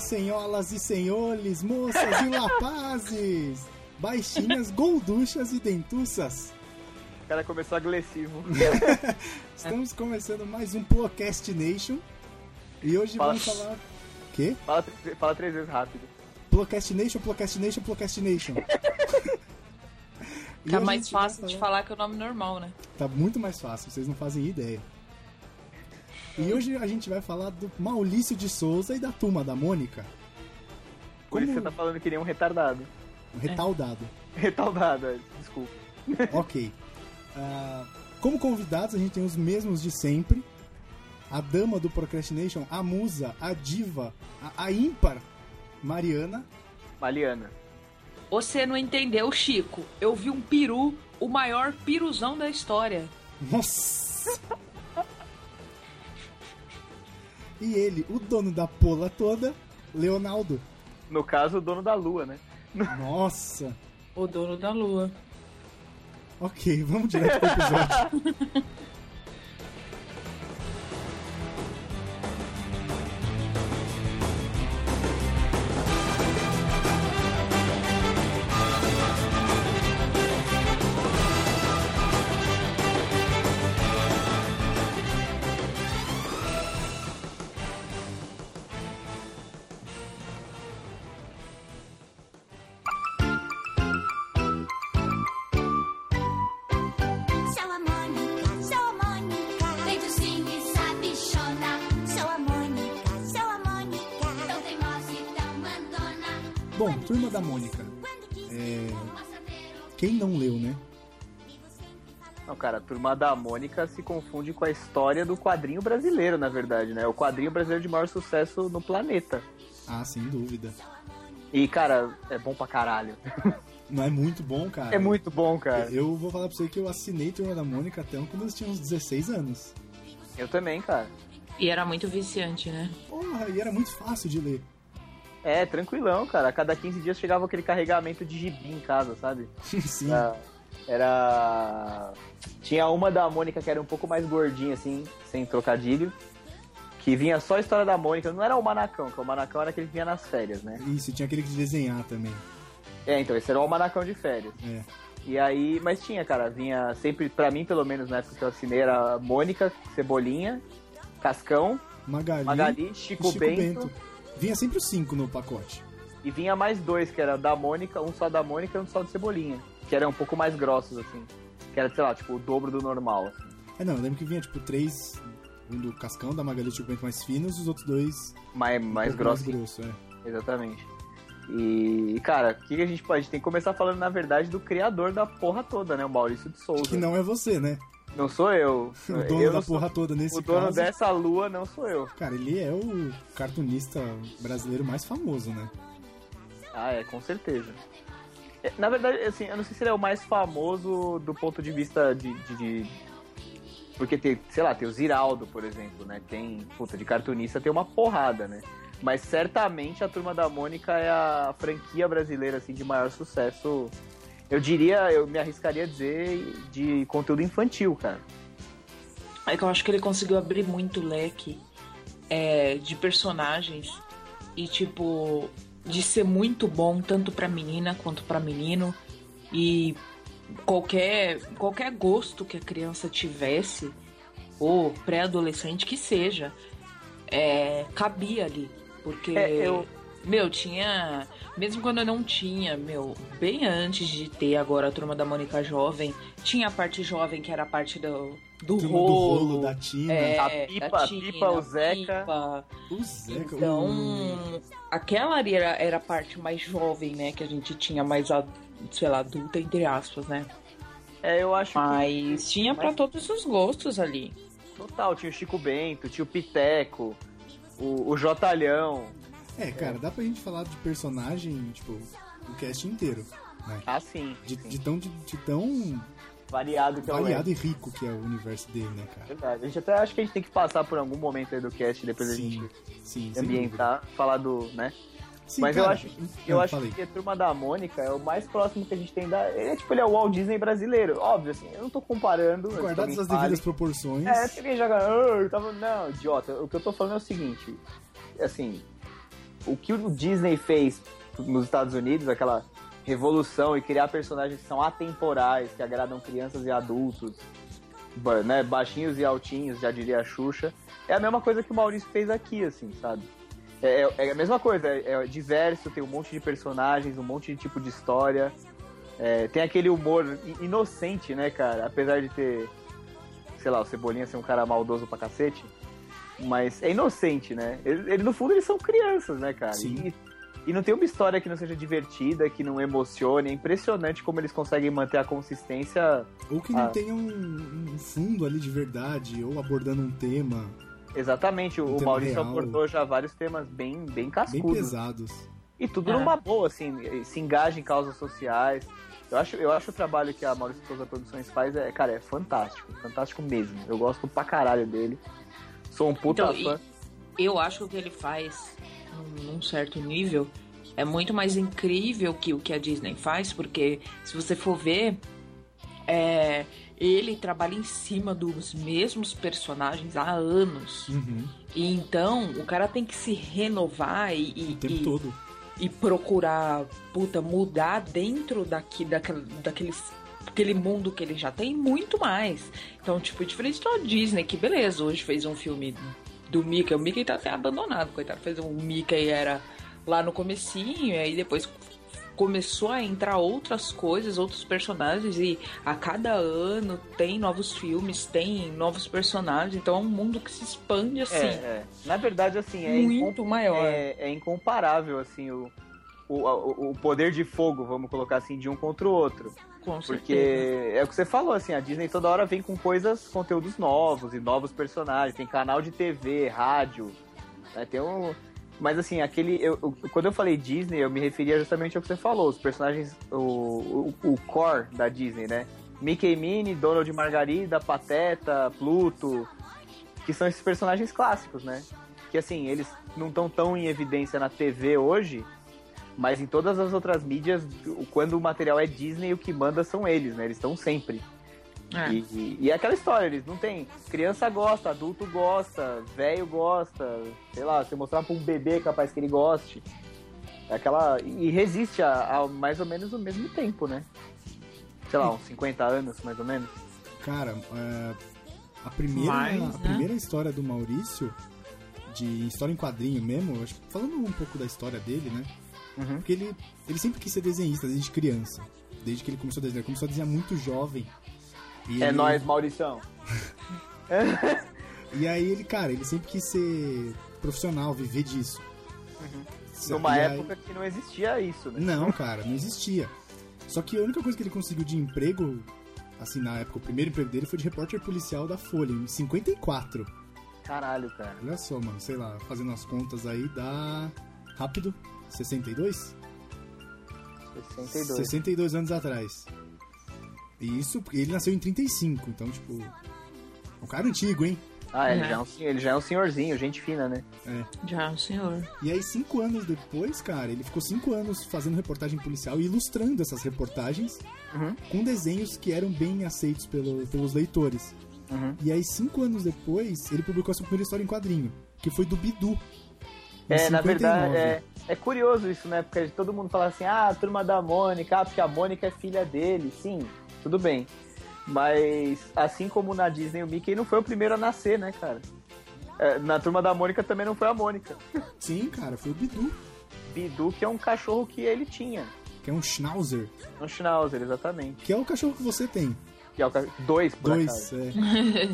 senhoras e senhores, moças e rapazes, baixinhas, golduchas e dentuças. O cara começou agressivo. É. Estamos começando mais um Procrastination e hoje Fala. vamos falar... Quê? Fala, fala três vezes rápido. Procrastination, Procrastination, Procrastination. E hoje Tá a mais gente vai fácil de falar que o nome normal, né? Tá muito mais fácil, vocês não fazem ideia. E hoje a gente vai falar do Maurício de Souza e da turma da Mônica. Por Como isso você tá falando que nem um retardado. retaldado. Retardado, é, desculpa. ok. Ah, como convidados, a gente tem os mesmos de sempre. A dama do Procrastination, a musa, a diva, a, a ímpar, Mariana. Maliana. Você não entendeu, Chico. Eu vi um peru, o maior piruzão da história. Nossa! e ele, o dono da pola toda, Leonardo. No caso, o dono da lua, né? Nossa! O dono da lua. Ok, vamos direto pro episódio. Sou a Mônica, sou a Mônica. Leidozinha e sabichona. Sou a Mônica, sou a Mônica. Tão teimosa e tão mandona. Bom, Turma da Mônica. Quando quis É. que eu possa ver o Quem não leu, né? vivo sempre falando. Não, cara, a turma da Mônica se confunde com a história do quadrinho brasileiro, na verdade, né? O quadrinho brasileiro de maior sucesso no planeta. Ah, sem dúvida. E, cara, é bom pra caralho. Não é muito bom, cara. É muito bom, cara. Eu vou falar pra você que eu assinei Turma da Mônica até um quando eu tinha uns 16 anos. Eu também, cara. E era muito viciante, né? Porra, e era muito fácil de ler. É, tranquilão, cara. A cada 15 dias chegava aquele carregamento de gibi em casa, sabe? Sim. Era. era- Tinha uma da Mônica que era um pouco mais gordinha, assim, sem trocadilho. Que vinha só a história da Mônica. Não era o Manacão, que o Manacão era aquele que vinha nas férias, né? Isso, tinha aquele que desenhar também. É, então, esse era o Manacão de férias. É. E aí, mas tinha, cara, vinha sempre, pra mim pelo menos, na época que eu assinei, era Mônica, Cebolinha, Cascão, Magali, Magali, e Chico, Bento, Vinha sempre os cinco no pacote. e vinha mais dois, que era da Mônica, um só da Mônica e um só do Cebolinha, que eram um pouco mais grossos, assim. Que era, sei lá, tipo, o dobro do normal. assim, É, não, eu lembro que vinha tipo três, um do Cascão, da Magali e Chico Bento mais finos, os outros dois Mais, mais um pouco grosso, mais grosso é. exatamente. E, cara, o que que a gente pode? A gente tem que começar falando, na verdade, do criador da porra toda, né? O Maurício de Souza. Que não é você, né? Não sou eu. O dono eu da não sou- porra toda nesse O dono caso. dessa lua não sou eu. Cara, ele é o cartunista brasileiro mais famoso, né? Ah, é, com certeza. É, Na verdade, assim, eu não sei se ele é o mais famoso do ponto de vista de. de- de- Porque tem, sei lá, tem o Ziraldo, por exemplo, né? Tem. Puta, de cartunista tem uma porrada, né? Mas certamente a turma da Mônica é a franquia brasileira, assim, de maior sucesso. Eu diria, eu me arriscaria a dizer de conteúdo infantil, cara. É que eu acho que ele conseguiu abrir muito leque é, de personagens e, tipo, de ser muito bom tanto pra menina quanto pra menino. E qualquer, qualquer gosto que a criança tivesse, ou pré-adolescente que seja, é, cabia ali. Porque, É, eu- meu, tinha. Mesmo quando eu não tinha, meu, bem antes de ter agora a turma da Mônica Jovem, tinha a parte jovem que era a parte do, do Turma rolo. do rolo né? da Tina. É, A Pipa, da a Tina, Pipa, o a Zeca. Pipa. O Zeca. Então, o- aquela ali era, era a parte mais jovem, né? Que a gente tinha mais, a- sei lá, adulta, entre aspas, né? É, eu acho Ah. Mas tinha pra todos os gostos ali. que total. Tinha o Chico Bento, tinha o Piteco, o, o Jotalhão. É, cara, dá pra gente falar de personagem, tipo, o cast inteiro. Né? Ah, sim. De, sim. de tão, de, de tão Variado que é o elenco. variado e rico que é o universo dele, né, cara? Verdade. A gente até acho que a gente tem que passar por algum momento aí do cast, depois a Sim, gente sim. sem dúvida. ambientar, falar do, né? Sim, Mas eu cara, acho, eu não, acho falei. que a turma da Mônica é o mais próximo que a gente tem da. Ele é tipo, ele é o Walt Disney brasileiro. Óbvio, assim, eu não tô comparando. eu Guardadas também as falo. devidas proporções. É, se alguém joga. "Ah, eu tava-" Não, idiota. O que eu tô falando é o seguinte. Assim. o que o Disney fez nos Estados Unidos, aquela revolução e criar personagens que são atemporais, que agradam crianças e adultos, ba- né, baixinhos e altinhos, já diria a Xuxa, é a mesma coisa que o Maurício fez aqui, assim, sabe? É, é- é a mesma coisa, é, é diverso, tem um monte de personagens, um monte de tipo de história, é, tem aquele humor i- inocente, né, cara? Apesar de ter, sei lá, o Cebolinha ser um cara maldoso pra cacete, mas é inocente, né? Ele, ele, no fundo, eles são crianças, né, cara? Sim. E- e não tem uma história que não seja divertida, que não emocione. É impressionante como eles conseguem manter a consistência Ou que não Ah. tenha um, um fundo ali de verdade, ou abordando um tema exatamente. O, Um tema Maurício real. abordou já vários temas bem, bem bem cascudos. pesados. E tudo É. numa boa, assim, se engaja em causas sociais. Eu acho, eu acho o trabalho que a Maurício Souza Produções faz, é, cara, é fantástico. Fantástico mesmo. Eu gosto pra caralho dele. Sou um puta Então, fã. Eu acho que o que ele faz, num- num certo nível, é muito mais incrível que o que a Disney faz, porque se você for ver, é, ele trabalha em cima dos mesmos personagens há anos. Uhum, E então o cara tem que se renovar e, e- o tempo e- todo. e procurar, puta, mudar dentro daqui, daquela, daqueles aquele mundo que ele já tem muito mais. Então, tipo, diferente da Disney, que beleza, hoje fez um filme do Mickey, o Mickey tá até abandonado, coitado, fez um Mickey era lá no comecinho, e aí depois começou a entrar outras coisas, outros personagens e a cada ano tem novos filmes, tem novos personagens, então é um mundo que se expande assim, É, é. Na verdade, assim, é incom- muito maior. é, é incomparável, assim, o, o, a- o- o poder de fogo, vamos colocar assim, de um contra o outro. com certeza. Porque é o que você falou, assim, a Disney toda hora vem com coisas, conteúdos novos e novos personagens. Tem canal de TV, rádio, né? Tem um... Mas assim, aquele. eu- eu- quando eu falei Disney, eu me referia justamente ao que você falou, os personagens, o, o, o core da Disney, né? Mickey e Minnie, Donald e Margarida, Pateta, Pluto, que são esses personagens clássicos, né? Que assim, eles não estão tão em evidência na TV hoje, mas em todas as outras mídias, o- quando o material é Disney, o que manda são eles, né? Eles estão sempre. É. E, e- e é aquela história, eles não tem. Criança gosta, adulto gosta, velho gosta, sei lá, se mostrar pra um bebê capaz que ele goste. É aquela. E resiste a, a mais ou menos o mesmo tempo, né? Sei lá, uns 50 anos, mais ou menos. Cara, é, a, primeira, Mas, a né? primeira história do Maurício, de história em quadrinho mesmo, eu acho que falando um pouco da história dele, né? Uhum. Porque ele, ele sempre quis ser desenhista desde criança. Desde que ele começou a desenhar. Ele começou a desenhar muito jovem. E É ele- nóis, Maurição. E aí ele, cara, ele sempre quis ser profissional, viver disso. Sa- Uhum. Numa e aí- época que não existia isso, né? Não, cara, não existia. Só que a única coisa que ele conseguiu de emprego, assim, na época, o primeiro emprego dele foi de repórter policial da Folha, em 54. Caralho, cara. Olha só, mano, sei lá, fazendo as contas aí, dá. Rápido, 62? 62. 62 anos atrás. E isso, ele nasceu em 35, então, tipo. é Um cara antigo, hein? Ah, ele, É. já é um, sen- ele já é um senhorzinho, gente fina, né? Já, é um senhor. E aí, cinco anos depois, cara, ele ficou cinco anos fazendo reportagem policial e ilustrando essas reportagens Uhum. com desenhos que eram bem aceitos pelo- pelos leitores. Uhum. E aí, cinco anos depois, ele publicou a sua primeira história em quadrinho, que foi do Bidu. em É, na 59. verdade, é, é curioso isso, né? Porque todo mundo fala assim, ah, a turma da Mônica, ah, porque a Mônica é filha dele. Sim, tudo bem. Mas, assim como na Disney, o Mickey não foi o primeiro a nascer, né, cara? É, na turma da Mônica também não foi a Mônica. Sim, cara, foi o Bidu, Bidu, que é um cachorro que ele tinha. que é um Schnauzer, Um Schnauzer, exatamente. que é o cachorro que você tem. Que é o ca- Dois, por acaso. Dois, é.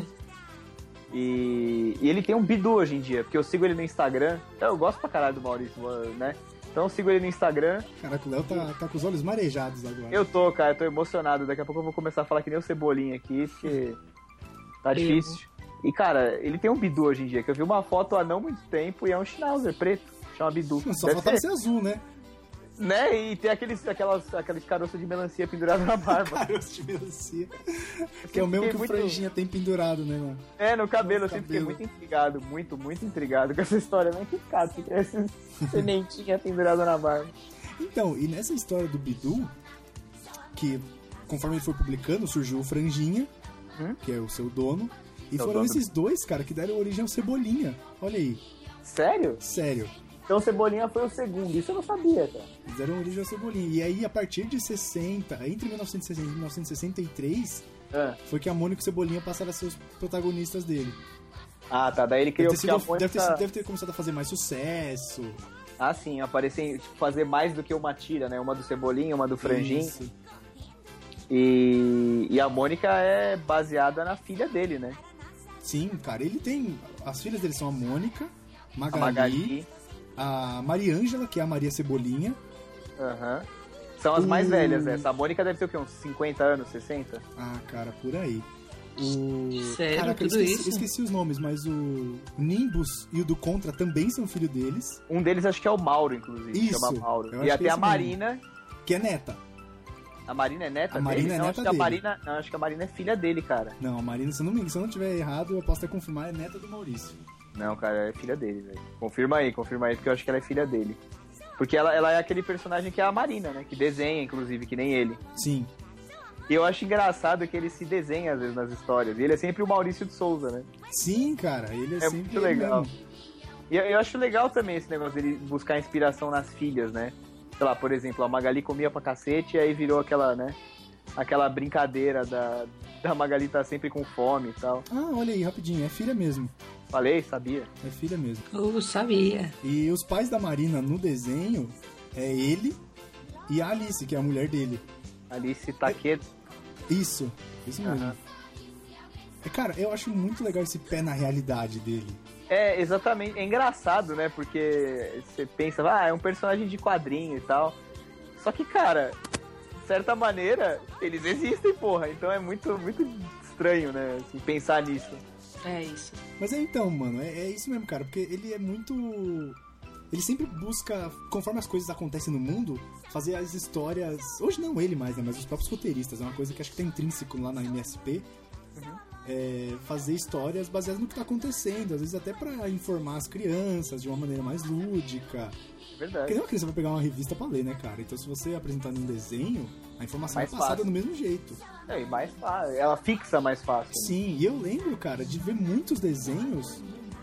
E, e ele tem um bidu hoje em dia, porque eu sigo ele no Instagram. Eu gosto pra caralho do Maurício, né? Então eu sigo ele no Instagram. Caraca, o Léo tá, tá com os olhos marejados agora. Eu tô, cara, eu tô emocionado. Daqui a pouco eu vou começar a falar que nem o Cebolinha aqui, porque tá difícil. E, cara, ele tem um bidu hoje em dia, que eu vi uma foto há não muito tempo e é um Schnauzer preto. Chama bidu. Só Deve faltava ser, ser azul, né? Né? E tem aqueles, aquelas, aquelas caroças de melancia penduradas na barba. Cara, eu tive assim. Que é o mesmo fiquei que o muito- franjinha tem pendurado, né, mano? É, no cabelo, No eu sempre fiquei cabelo. muito intrigado, muito, muito intrigado com essa história. Mas que caso que tem essa sementinha pendurada na barba. Então, e nessa história do Bidu, que conforme ele foi publicando, surgiu o Franjinha, Hum? que é o seu dono. E É o foram dono. esses dois, cara, que deram origem ao Cebolinha. Olha aí, Sério? sério. Então Cebolinha foi o segundo. Isso eu não sabia, cara. Fizeram origem ao Cebolinha. E aí, a partir de 60, entre 1960 e 1963, Ah. foi que a Mônica e o Cebolinha passaram a ser os protagonistas dele. Ah, tá. Daí ele Deve criou ter, que a sido- deve ter Mônica- sido- deve ter começado a fazer mais sucesso. Ah, sim, aparecer, tipo, fazer mais do que uma tira, né? Uma do Cebolinha, uma do Franjinho. Isso. E, e a Mônica é baseada na filha dele, né? Sim, cara, ele tem. As filhas dele são a Mônica, A Magali, a, Magali. Mariângela, que é a Maria Cebolinha. Aham. São as mais Hum. velhas, né? essa. A Mônica deve ter o quê? Uns 50 anos, 60? Ah, cara, por aí. O... Sério, Caraca, eu tudo esqueci, isso? eu esqueci os nomes, mas o Nimbus e o do Contra também são filho deles, Um deles acho que é o Mauro, inclusive. Isso, Chama Mauro. eu E acho que até é a isso mesmo. Marina. que é neta. A Marina é neta A dele? Marina é não, neta acho que dele. a Marina. Não, acho que a Marina é filha dele, cara. Não, a Marina, se eu não, me- se eu não tiver errado, eu posso até confirmar, é neta do Maurício. Não, cara, é filha dele, velho. Confirma aí, confirma aí, porque eu acho que ela é filha dele. Porque ela, ela é aquele personagem que é a Marina, né? Que desenha, inclusive, que nem ele. Sim. E eu acho engraçado que ele se desenha às vezes nas histórias. E ele é sempre o Maurício de Souza, né? Sim, cara, ele é, É sempre. muito legal. mesmo. E eu, eu acho legal também esse negócio dele buscar inspiração nas filhas, né? Sei lá, por exemplo, a Magali comia pra cacete e aí virou aquela, né? Aquela brincadeira da, da Magali tá sempre com fome e tal. Ah, olha aí, rapidinho, é filha mesmo. Falei, sabia? É filha mesmo. Eu sabia. E os pais da Marina no desenho é ele e a Alice, que é a mulher dele. Alice Taquet. Isso, isso mesmo. Aham. É, Cara, eu acho muito legal esse pé na realidade dele. É, exatamente. É engraçado, né? Porque você pensa, ah, é um personagem de quadrinho e tal. Só que, cara, de certa maneira, eles existem, porra. Então é muito, muito estranho, né? assim, pensar nisso. É isso. Mas é então, mano, é, é isso mesmo, cara, porque ele é muito. Ele sempre busca, conforme as coisas acontecem no mundo, fazer as histórias. Hoje não ele mais, né? Mas os próprios roteiristas. É uma coisa que acho que tá intrínseco lá na MSP. É, fazer histórias baseadas no que tá acontecendo. Às vezes até pra informar as crianças de uma maneira mais lúdica. É Porque verdade. não é uma criança vai pegar uma revista pra ler, né, cara? Então se você apresentar num desenho, a informação Mais é passada fácil. do mesmo jeito. É, e mais fácil. Ela fixa mais fácil. Sim, e eu lembro, cara, de ver muitos desenhos.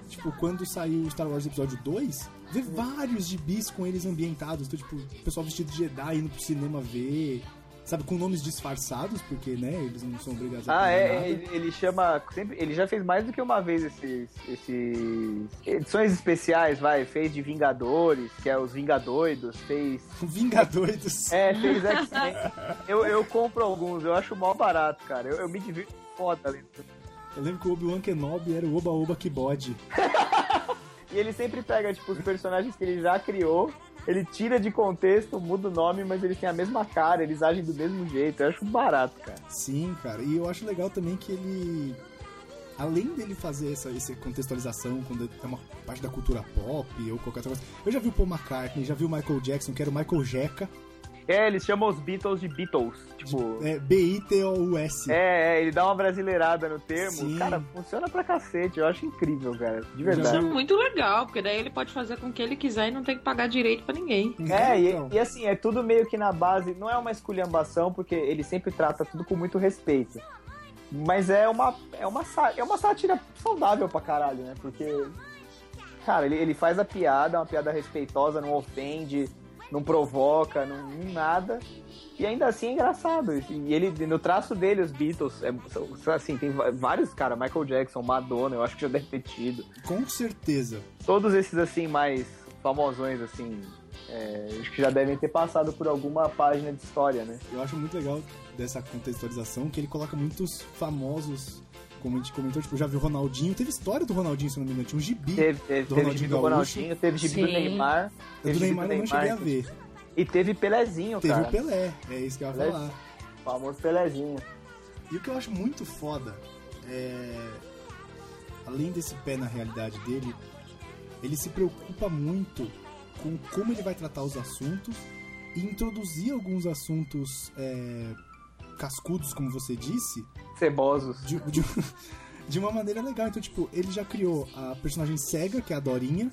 Tipo, quando saiu o Star Wars Episódio 2, ver vários gibis com eles ambientados. Então, tipo, o pessoal vestido de Jedi indo pro cinema ver. Sabe, com nomes disfarçados, porque, né, eles não são obrigados a Ah, fazer é, nada. é, ele, ele chama. Sempre, ele já fez mais do que uma vez esses, esses. Edições especiais, vai. Fez de Vingadores, que é os Vingadoidos, fez. O Vingadores. É, fez X-Men. eu, eu compro alguns, eu acho mó barato, cara. Eu, eu me divirto foda ali. Eu lembro que o Obi-Wan Kenobi era o Oba Oba Kibode. E ele sempre pega, tipo, os personagens que ele já criou, ele tira de contexto, muda o nome, mas eles têm a mesma cara, eles agem do mesmo jeito. Eu acho barato, cara. Sim, cara. E eu acho legal também que ele. Além dele fazer essa, essa contextualização quando é uma parte da cultura pop ou qualquer outra coisa. Eu já vi o Paul McCartney, já vi o Michael Jackson, que era o Michael Jeca. É, eles chamam os Beatles de Beatles. Tipo. É, B-I-T-O-U-S. É, é, ele dá uma brasileirada no termo. Sim. Cara, funciona pra cacete. Eu acho incrível, cara. De Isso é verdade. muito legal, porque daí ele pode fazer com que ele quiser e não tem que pagar direito pra ninguém. É, e- então. e, assim, é tudo meio que na base. Não é uma esculhambação, porque ele sempre trata tudo com muito respeito. Mas é uma, é uma, sá- é uma sátira saudável pra caralho, né? Porque, cara, ele, ele faz a piada, uma piada respeitosa, não ofende, não provoca, não, não nada. E ainda assim é engraçado. E ele, no traço dele, os Beatles, é, são- assim, tem va- vários, cara, Michael Jackson, Madonna, eu acho que já deve ter tido Com certeza. todos esses assim mais famosões assim é, acho que já devem ter passado por alguma página de história né Eu acho muito legal dessa contextualização que ele coloca muitos famosos, como a gente comentou, tipo, já viu o Ronaldinho. Teve história do Ronaldinho, se eu não me engano, tinha um gibi. teve teve, Do teve Ronaldinho gibi do Gaúcho. Ronaldinho teve gibi do Sim. Neymar Eu do teve gibi Neymar eu não cheguei a ver. e teve Pelezinho Teve cara o Pelé, é isso que eu ia Pelé. falar. o famoso Pelezinho E o que eu acho muito foda é. Além desse pé na realidade dele, ele se preocupa muito com como ele vai tratar os assuntos e introduzir alguns assuntos é, cascudos, como você disse, Cebosos de, de- de uma maneira legal. Então, tipo, ele já criou a personagem cega, que é a Dorinha,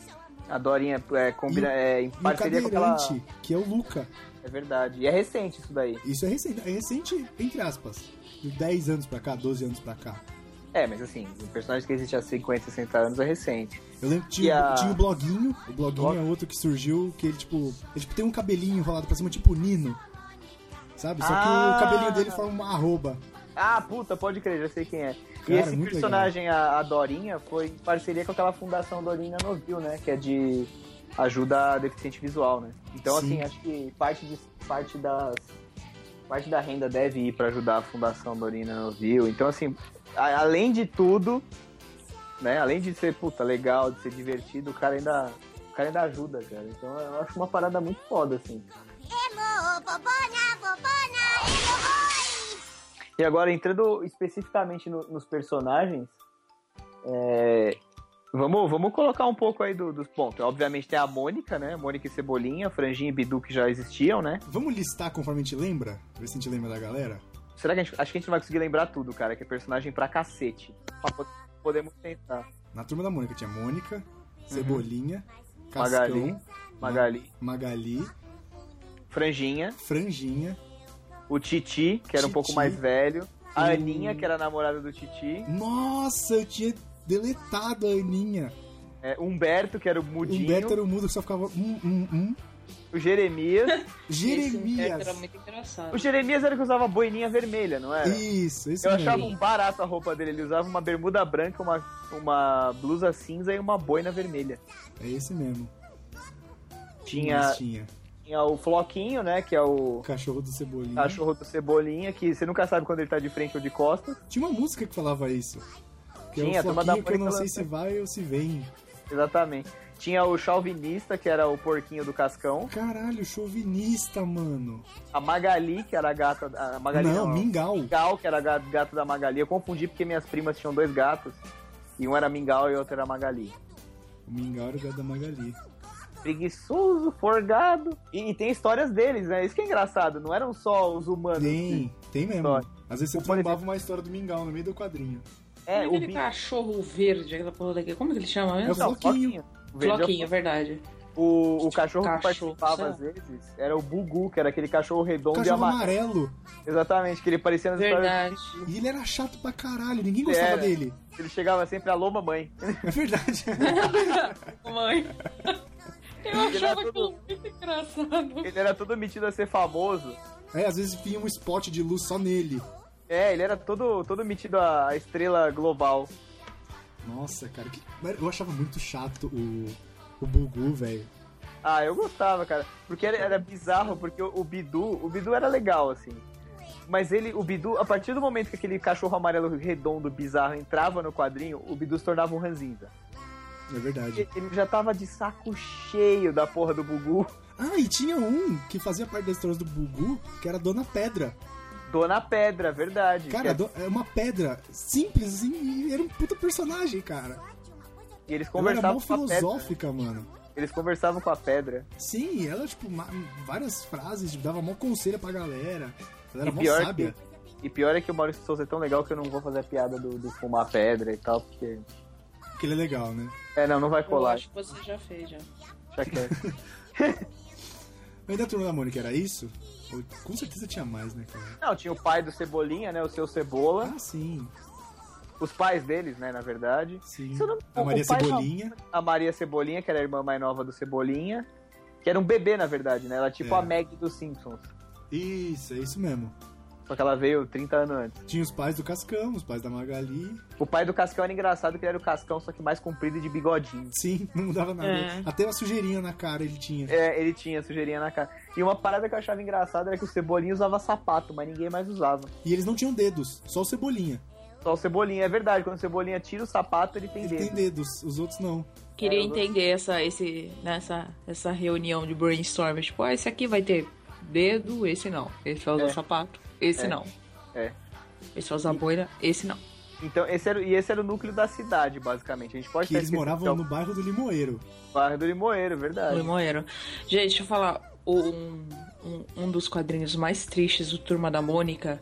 a Dorinha é, combina, é em e o parceria com aquela cadeirante, que é o Luca. é verdade e é recente isso daí Isso é recente, é recente entre aspas, de 10 anos pra cá, 12 anos pra cá. É, mas assim, um personagem que existe há 50, 60 anos é recente. Eu lembro que tinha, um E a- tinha o bloguinho. O bloguinho Blog? é outro que surgiu, que ele, tipo, ele tipo, tem um cabelinho enrolado pra cima, tipo Nino. Sabe? Só que Ah! o cabelinho dele forma uma arroba. Ah, puta, pode crer, já sei quem é. Cara, e esse muito personagem, a, a Dorinha, foi em parceria com aquela fundação Dorinha Novil, né? Que é de ajuda a deficiente visual, né? Então, Sim. assim, acho que parte, de, parte das. Parte da renda deve ir pra ajudar a Fundação Dorina Novil. Então, assim, a- além de tudo, né? Além de ser puta legal, de ser divertido, o cara ainda, o cara ainda ajuda, cara. Então, eu acho uma parada muito foda, assim. Emo, bobona, bobona, emo, oi! E agora, entrando especificamente no- nos personagens, é, vamos, vamos colocar um pouco aí do- dos pontos. Obviamente tem a Mônica, né? Mônica e Cebolinha, Franjinha e Bidu que já existiam, né? Vamos listar conforme a gente lembra? Ver se a gente lembra da galera. Será que a gente, acho que a gente não vai conseguir lembrar tudo, cara, que é personagem pra cacete. Mas po- Podemos tentar. Na turma da Mônica tinha Mônica, Cebolinha, Uhum. Magali. Cascão, Magali, Magali, Franjinha, Franjinha. o Titi, que era um pouco Titi. mais velho, a Hum. Aninha, que era a namorada do Titi, Nossa, eu tinha deletado a Aninha. é, Humberto, que era o O Mudinho, Humberto era o mudo que só ficava um, um, um. o Jeremias. Jeremias. Era é muito engraçado. o Jeremias era o que usava boininha vermelha, não era? Isso, esse Eu mesmo. achava um barato a roupa dele. Ele usava uma bermuda branca, uma, uma blusa cinza e uma boina vermelha. É esse mesmo. Tinha, Mas tinha. tinha o Floquinho, né? Que é o O cachorro do Cebolinha. cachorro do Cebolinha, que você nunca sabe quando ele tá de frente ou de costas. Tinha uma música que falava isso. Que Tinha, é a um turma da floquinho que eu não Mônica sei lança- se vai ou se vem. Exatamente. Tinha o Chauvinista, que era o porquinho do Cascão. Caralho, chauvinista, mano. A Magali, que era a gata... A Magali não, Mingau. Mingau, que era a ga- gato da Magali. Eu confundi porque minhas primas tinham dois gatos. E um era Mingau e o outro era Magali. O Mingau era o gato da Magali. preguiçoso, forgado. E, e tem histórias deles, né? Isso que é engraçado. Não eram só os humanos. Tem, tem mesmo. História. Às vezes você Por exemplo- trombava uma história do Mingau no meio do quadrinho. É, Como o aquele bicho. cachorro verde, aquela porra daqui. Como que ele chama É o mesmo? Não, Floquinho. O verde é o- Floquinho, é verdade. O, o cachorro, que Cachorro, participava sei às vezes era o Bugu, que era aquele cachorro redondo e Cachorro amarelo. amarelo. Exatamente, que ele parecia nas histórias. Verdade. E ele era chato pra caralho, ninguém gostava Era. dele. Ele chegava sempre alô, mamãe. É verdade. Mãe. Eu achava achava Ele era todo- aquilo muito engraçado. Ele era todo metido a ser famoso. É, às vezes vinha um spot de luz só nele. É, ele era todo, todo metido a a estrela global. Nossa, cara, que- eu achava muito chato o, o Bugu, velho. Ah, eu gostava, cara. Porque era, era bizarro, porque o, o Bidu, o Bidu era legal, assim. Mas ele, o Bidu, a partir do momento que aquele cachorro amarelo redondo bizarro entrava no quadrinho, o Bidu se tornava um ranzinza. É verdade. E- Ele já tava de saco cheio da porra do Bugu. Ah, e tinha um que fazia parte das histórias do Bugu, que era a Dona Pedra. Dona Pedra, verdade. Cara, a Que do- é uma pedra simples, assim, e era um puta personagem, cara. é- e eles Ela era conversavam mó com a pedra. filosófica, mano. Eles conversavam com a pedra. Sim, e ela, tipo, ma- várias frases, tipo, dava mó conselho pra galera. Ela era E mó pior sábia. E pior é que o Maurício de Souza é tão legal que eu não vou fazer a piada do, do fumar pedra e tal, porque. Porque ele é legal, né? É, não, não vai Eu colar. é. acho que você já fez, já. Deixa quieto. Mas da turma da Mônica um era isso? Eu- Com certeza tinha mais, né, cara? Não, tinha o pai do Cebolinha, né? O seu Cebola. Ah, sim, os pais deles, né, na verdade. sim. Se eu não- A o- Maria o pai Cebolinha. A Maria Cebolinha, que era a irmã mais nova do Cebolinha, que era um bebê, na verdade, né? Ela é tipo É. a Meg dos Simpsons. Isso, é isso mesmo. Só que ela veio 30 anos antes. Tinha os pais do Cascão, os pais da Magali. O pai do Cascão era engraçado, que ele era o Cascão, só que mais comprido e de bigodinho. Sim, não mudava nada. É. Até uma sujeirinha na cara ele tinha. É, ele tinha sujeirinha na cara. E uma parada que eu achava engraçada era que o Cebolinha usava sapato, mas ninguém mais usava. E eles não tinham dedos, só o Cebolinha. Só o Cebolinha, é verdade, quando o Cebolinha tira o sapato, ele tem Ele dedo. tem dedos, os outros não. Queria É, eu vou- entender essa, esse, nessa, essa reunião de brainstorm. Tipo, ah, esse aqui vai ter dedo, esse não. Esse vai usar É. sapato, esse É. não. É. Esse vai usar boina, esse não. Então, esse era, e esse era o núcleo da cidade, basicamente. A gente pode Que ter eles esquecido moravam que no bairro do Limoeiro. é o bairro do Limoeiro, verdade. Limoeiro. Gente, deixa eu falar. Um, um, um dos quadrinhos mais tristes do Turma da Mônica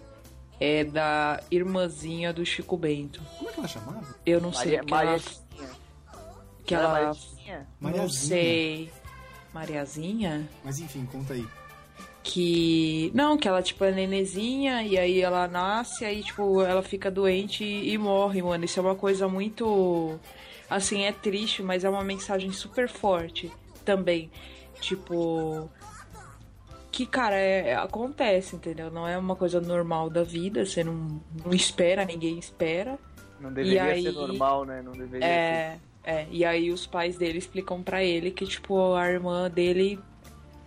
é da irmãzinha do Chico Bento. Como é que ela chamava? Eu não sei. Maria, que Maria ela- Chiquinha. que Era ela Maria Chiquinha? Não Mariazinha. sei. Mariazinha? Mas enfim, conta aí. que. Não, que ela, tipo, é nenenzinha e aí ela nasce, aí, tipo, ela fica doente e, e morre, mano. Isso é uma coisa muito. Assim, é triste, mas é uma mensagem super forte também. Tipo. Que, cara, é- acontece, entendeu? Não é uma coisa normal da vida, você não, não espera, ninguém espera. Não deveria E ser aí- normal, né? Não deveria ser. É, é. E aí os pais dele explicam pra ele que, tipo, a irmã dele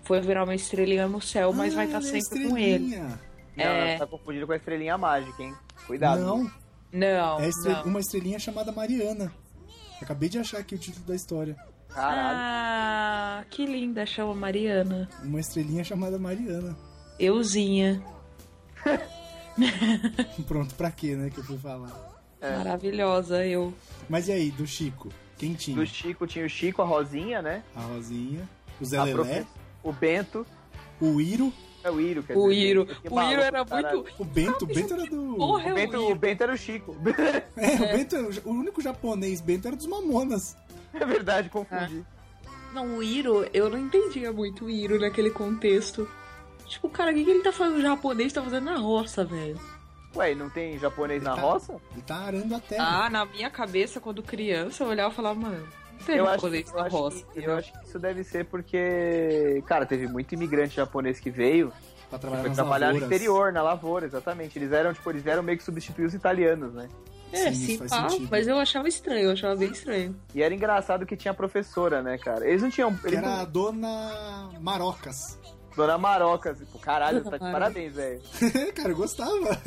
foi virar uma estrelinha no céu, mas vai estar Ah, sempre é com ele. estrelinha. Não, é. ela tá confundindo com a estrelinha mágica, hein? Cuidado. Não, Não, é estre- não. uma estrelinha chamada Mariana. Acabei de achar aqui o título da história. Caralho. Ah, que linda, chama Mariana. Uma estrelinha chamada Mariana. Euzinha. Pronto, pra quê, né? Que eu fui falar. É. Maravilhosa, eu. Mas e aí, do Chico? Quem Ah. tinha? Do Chico tinha o Chico, a Rosinha, né? A Rosinha, o Zé A Lelé, profe- O Bento. o Iro, É o Iro, quer O dizer, Iro. que O Iro maluco, era caralho. muito. o Bento. O Bento era do. Ah, Porra, O é Bento, o o Iro. Bento era o Chico. É, o Bento era o ja- o único japonês Bento era dos Mamonas. é verdade, confundi. Não, o Iro, eu não entendia muito o Iro naquele contexto. Tipo, cara, o que, que ele tá fazendo? O japonês tá fazendo na roça, velho. É. Ué, e não tem japonês na Tá. roça? Ele tá arando a É. terra. Ah, na minha cabeça, quando criança, eu olhava e falava, mano, não tem Eu acho, japonês eu, na acho roça. né? que, eu acho que isso deve ser porque, cara, teve muito imigrante japonês que veio pra e trabalhar foi nas trabalhar no lavouras. exterior, na lavoura, exatamente. Eles eram, tipo, eles vieram meio que substituir os italianos, né? É, Sim, sim, faz pá, sentido. mas eu achava estranho, eu achava bem estranho. E era engraçado que tinha professora, né, cara? Eles não tinham. Que Eles era a não... dona Marocas. Dona Marocas, tipo, caralho, tá de Marocas. parabéns, velho. É, Cara, eu gostava.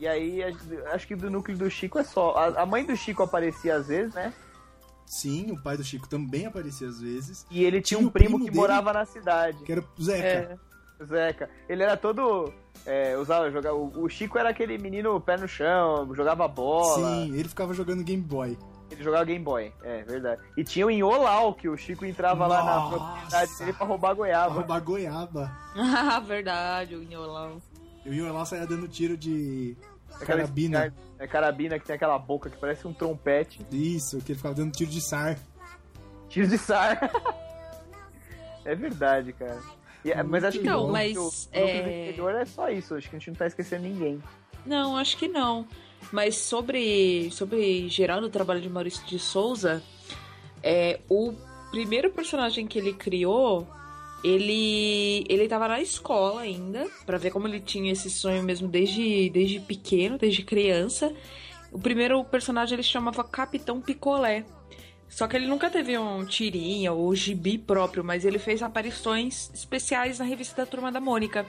E aí, a- acho que do núcleo do Chico é só. A, a mãe do Chico aparecia às vezes, né? Sim, o pai do Chico também aparecia às vezes. E ele tinha Tinha um o primo, primo que dele. morava na cidade, Que era o Zeca. É. o Zeca. Ele era todo. é, usava, jogava. O o Chico era aquele menino pé no chão, jogava bola. Sim, ele ficava jogando Game Boy. Ele jogava Game Boy, é verdade. E tinha o Inholau, que o Chico entrava lá na Nossa. propriedade dele pra roubar Pra goiaba. roubar goiaba. ah, verdade, o Inholão. Eu ia lá saia dando tiro de Aquela carabina. espingarda- É carabina que tem aquela boca que parece um trompete. Isso, que ele ficava dando tiro de sar. Tiro de sar. é verdade, cara. E- é, mas acho que Então, o- mas, o- o é- núcleo do interior é só isso. Acho que a gente não tá esquecendo ninguém. Não, acho que não. Mas sobre, sobre Geraldo, o trabalho de Maurício de Souza, é, o primeiro personagem que ele criou, ele ele tava na escola ainda, pra ver como ele tinha esse sonho mesmo desde, desde pequeno, desde criança. O primeiro personagem ele chamava Capitão Picolé. Só que ele nunca teve um tirinha ou gibi próprio, mas ele fez aparições especiais na revista da Turma da Mônica.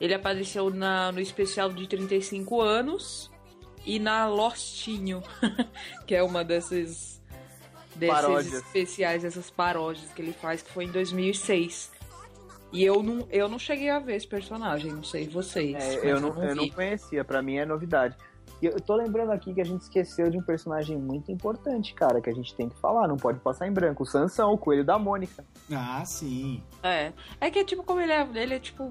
Ele apareceu na- no especial de 35 anos e na Lostinho, que é uma dessas desses Paródias. especiais, essas paródias que ele faz, que foi em 2006. E eu não, eu não cheguei a ver esse personagem, não sei vocês. É, mas eu, não, eu não vi. conhecia, pra mim é novidade. E eu tô lembrando aqui que a gente esqueceu de um personagem muito importante, cara, que a gente tem que falar, não pode passar em branco. O Sansão, o coelho da Mônica. Ah, sim. É. É que é tipo como ele é, ele é tipo,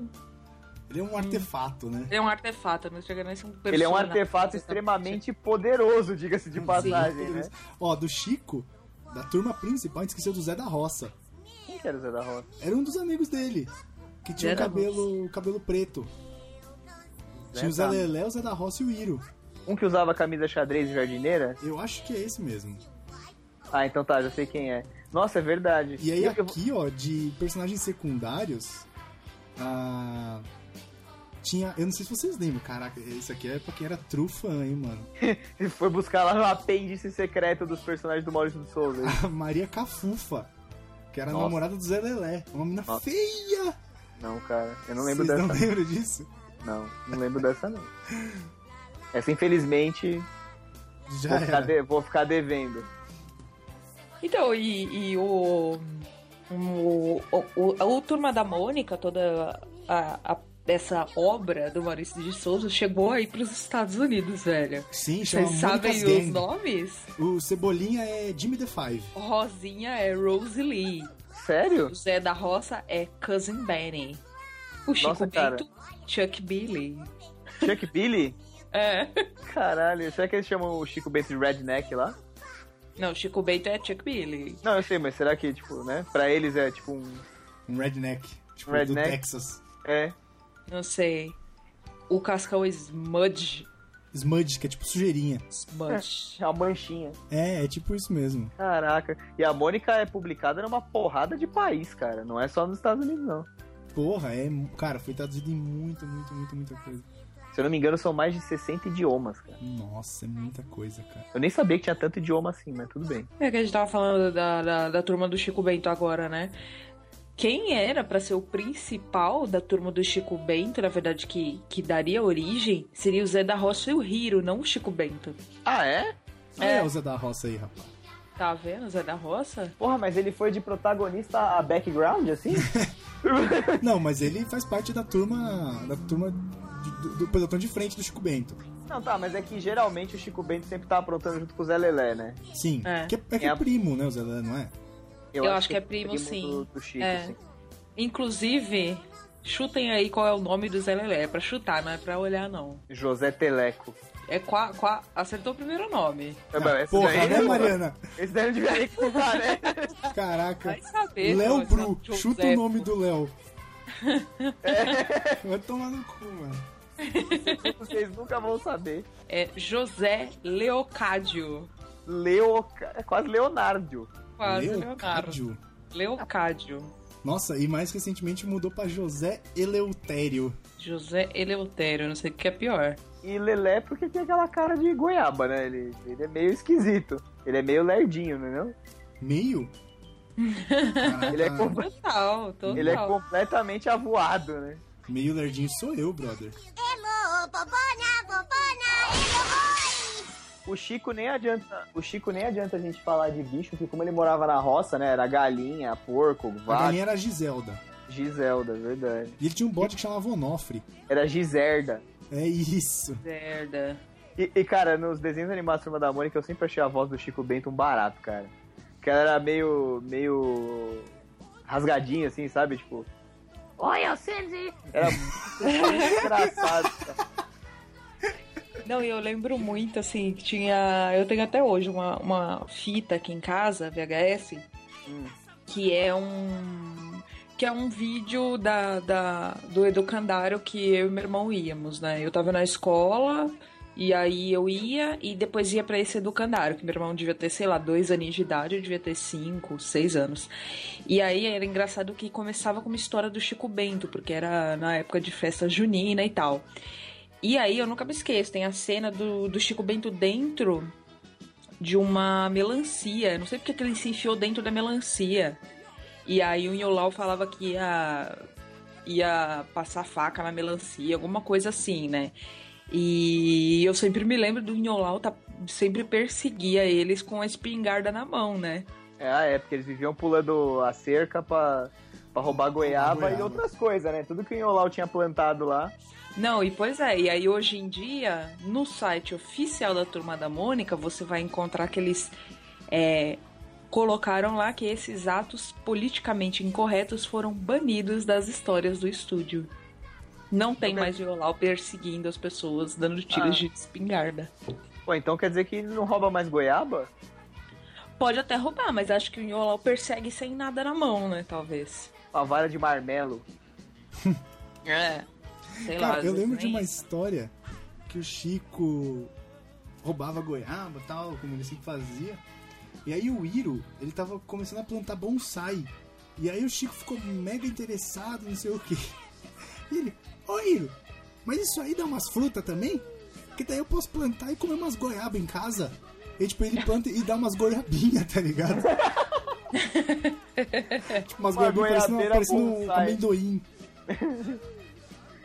Ele é um artefato, né? ele é um artefato, não chega nem a ser um Ele é um personagem, artefato exatamente. extremamente poderoso, diga-se de Sim, passagem, né? Ó, do Chico, da turma principal, a gente esqueceu do Zé da Roça. Quem que era o Zé da Roça? né, Era um dos amigos dele. Que tinha Zé o da cabelo, cabelo preto. Né, Tinha o Zé Zé da- Lelé, o Zé da Roça e o Iro. Um que usava camisa xadrez e jardineira? Eu acho que é esse mesmo. Ah, então tá, já sei quem é. Nossa, é verdade. E aí Eu- eu- aqui, ó, de personagens secundários, ah, tinha... Eu não sei se vocês lembram, caraca, esse aqui é pra quem era true fã, hein, mano. foi buscar lá no apêndice secreto dos personagens do Maurício de Souza. A Maria Cafufa, que era a Nossa. namorada do Zé Lelé. Uma menina Nossa. feia! não, cara, eu não lembro Vocês dessa. não lembram disso? Não, não lembro dessa, não. Essa, infelizmente, Já vou, ficar era. de- vou ficar devendo. Então, e, e o, um, o, o, o- o Turma da Mônica, toda a- a- essa obra do Maurício de Souza, chegou aí pros Estados Unidos, velho. Sim, chama Vocês sabem Mônica's os Gang. nomes? O Cebolinha é Jimmy the Five. Rosinha é Rose Lee. Sério? O Zé da Roça é Cousin Benny. O Chico Nossa, cara. Bento, Chuck Billy. Chuck Billy? É. Caralho, será que eles chamam o Chico Bento de redneck lá? Não, Chico Bento é Chuck Billy. Não, eu sei, mas será que, tipo, né? Pra eles é tipo um. Um redneck. Tipo, do Redneck. Texas. É. Não sei. O Cascão é Smudge. Smudge, que é tipo sujeirinha. Smudge. É uma manchinha. É, é tipo isso mesmo. Caraca. E a Mônica é publicada numa porrada de país, cara. Não é só nos Estados Unidos, não. Porra, é. Cara, foi traduzido em muita, muita, muita, muita coisa. Se eu não me engano, são mais de 60 idiomas, cara. Nossa, é muita coisa, cara. Eu nem sabia que tinha tanto idioma assim, mas tudo bem. É que a gente tava falando da, da, da turma do Chico Bento agora, né? Quem era pra ser o principal da turma do Chico Bento, na verdade, que, que daria origem, seria o Zé da Roça e o Hiro, não o Chico Bento. Ah, é? É, é usa da roça aí, rapaz. Tá vendo, Zé da Roça? Porra, mas ele foi de protagonista a background, assim? Não, mas ele faz parte da turma. Da turma de- do, do pelotão de frente do Chico Bento. não, tá, mas é que geralmente o Chico Bento sempre tá aprontando junto com o Zé Lelé, né? Sim. É. Que é, é que É é a- primo, né, o Zé Lelé, não é? Eu acho que é primo, sim. Do, do Chico, assim. É. sim. Inclusive, chutem aí qual é o nome do Zé Lelé. É pra chutar, não é pra olhar, não. José Teleco. É qua, qua... Acertou o primeiro nome. É, mas esse Porra, daí- né, Mariana? Esse daí não devia recusar, né? Caraca. Vai saber. Léo seu- Bru, seu chuta o José. nome do Léo. É. Vai tomar no cu, mano. Vocês nunca vão saber. É José Leocádio. Leo... É quase Leonardo. Quase Leonardo. Leocádio. Leocádio. Nossa, e mais recentemente mudou pra José Eleutério. José Eleutério, não sei o que é pior. E Lelé porque tem aquela cara de goiaba, né? Ele, ele é meio esquisito. Ele é meio lerdinho, não é não? Meio? Caraca, Ele é com- Total, total. Ele é completamente avoado, né? Meio lerdinho sou eu, brother. é Elo, bobona, bobona, elo, oi! O Chico nem adianta, o Chico nem adianta a gente falar de bicho, porque como ele morava na roça, né? Era galinha, porco, A vaca, galinha era a Giselda. Giselda, verdade. E ele tinha um bode que chamava Onofre. Era Giserda. É isso. Zerda. E, e, cara, nos desenhos animados Turma da Mônica, eu sempre achei a voz do Chico Bento um barato, cara. Porque ela era meio. meio. rasgadinha, assim, sabe? Tipo. Oi, Alcinde! Era muito engraçado, cara. Não, e eu lembro muito, assim, que tinha. Eu tenho até hoje uma, uma fita aqui em casa, VHS, Hum. que é um. Que é um vídeo da, da, do educandário que eu e meu irmão íamos, né? Eu tava na escola, e aí eu ia, e depois ia pra esse educandário, que meu irmão devia ter, sei lá, dois aninhos de idade, eu devia ter cinco, seis anos. E aí era engraçado que começava com uma história do Chico Bento, porque era na época de festa junina e tal. E aí eu nunca me esqueço, tem a cena do, do Chico Bento dentro de uma melancia. Eu não sei porque que ele se enfiou dentro da melancia. E aí o Inholau falava que ia, ia passar faca na melancia, alguma coisa assim, né? E eu sempre me lembro do Inholau tá, sempre perseguia eles com a espingarda na mão, né? É a época, eles viviam pulando a cerca pra, pra roubar goiaba, goiaba. e outras coisas, né? Tudo que o Inholau tinha plantado lá. Não, e pois é, e aí hoje em dia, no site oficial da Turma da Mônica, você vai encontrar que eles é, colocaram lá que esses atos politicamente incorretos foram banidos das histórias do estúdio. Não tem mais Violau perseguindo as pessoas, dando tiros Ah. de espingarda. Pô, então quer dizer que ele não rouba mais goiaba? Pode até roubar, mas acho que o Violau persegue sem nada na mão, né? Talvez. Uma vara de marmelo. É. Sei lá. Cara, às eu vezes lembro de nem- uma história que o Chico roubava goiaba e tal, como ele sempre fazia. E aí o Iro, ele tava começando a plantar bonsai. E aí o Chico ficou mega interessado, não sei o que. E ele, ô Iro, mas isso aí dá umas frutas também? Que daí eu posso plantar e comer umas goiaba em casa. E tipo, ele planta e dá umas goiabinhas, tá ligado? tipo, umas Uma goiabinhas parecendo, goiabeira parecendo um bonsai. amendoim.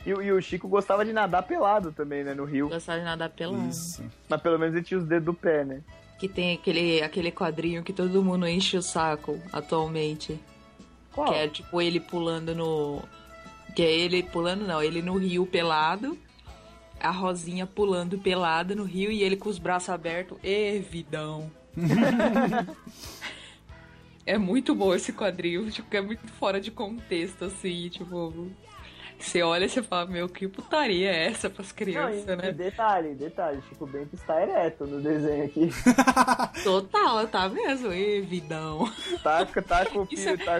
E, o- e o Chico gostava de nadar pelado também, né? No rio. Gostar de nadar pelado. Isso. Mas pelo menos ele tinha os dedos do pé, né? Que tem aquele, aquele quadrinho que todo mundo enche o saco atualmente. Qual? Que é tipo ele pulando no. Que é ele pulando, não, ele no rio pelado, a Rosinha pulando pelada no rio e ele com os braços abertos. Ê, vidão! é muito bom esse quadrinho, tipo, que é muito fora de contexto, assim, tipo. Você olha e você fala, meu, que putaria é essa pras Não, crianças, e- e né? detalhe, detalhe, Chico Bento está ereto no desenho aqui. Total, tá mesmo? Ê, vidão! Tá, tá com o Isso é- filho, tá,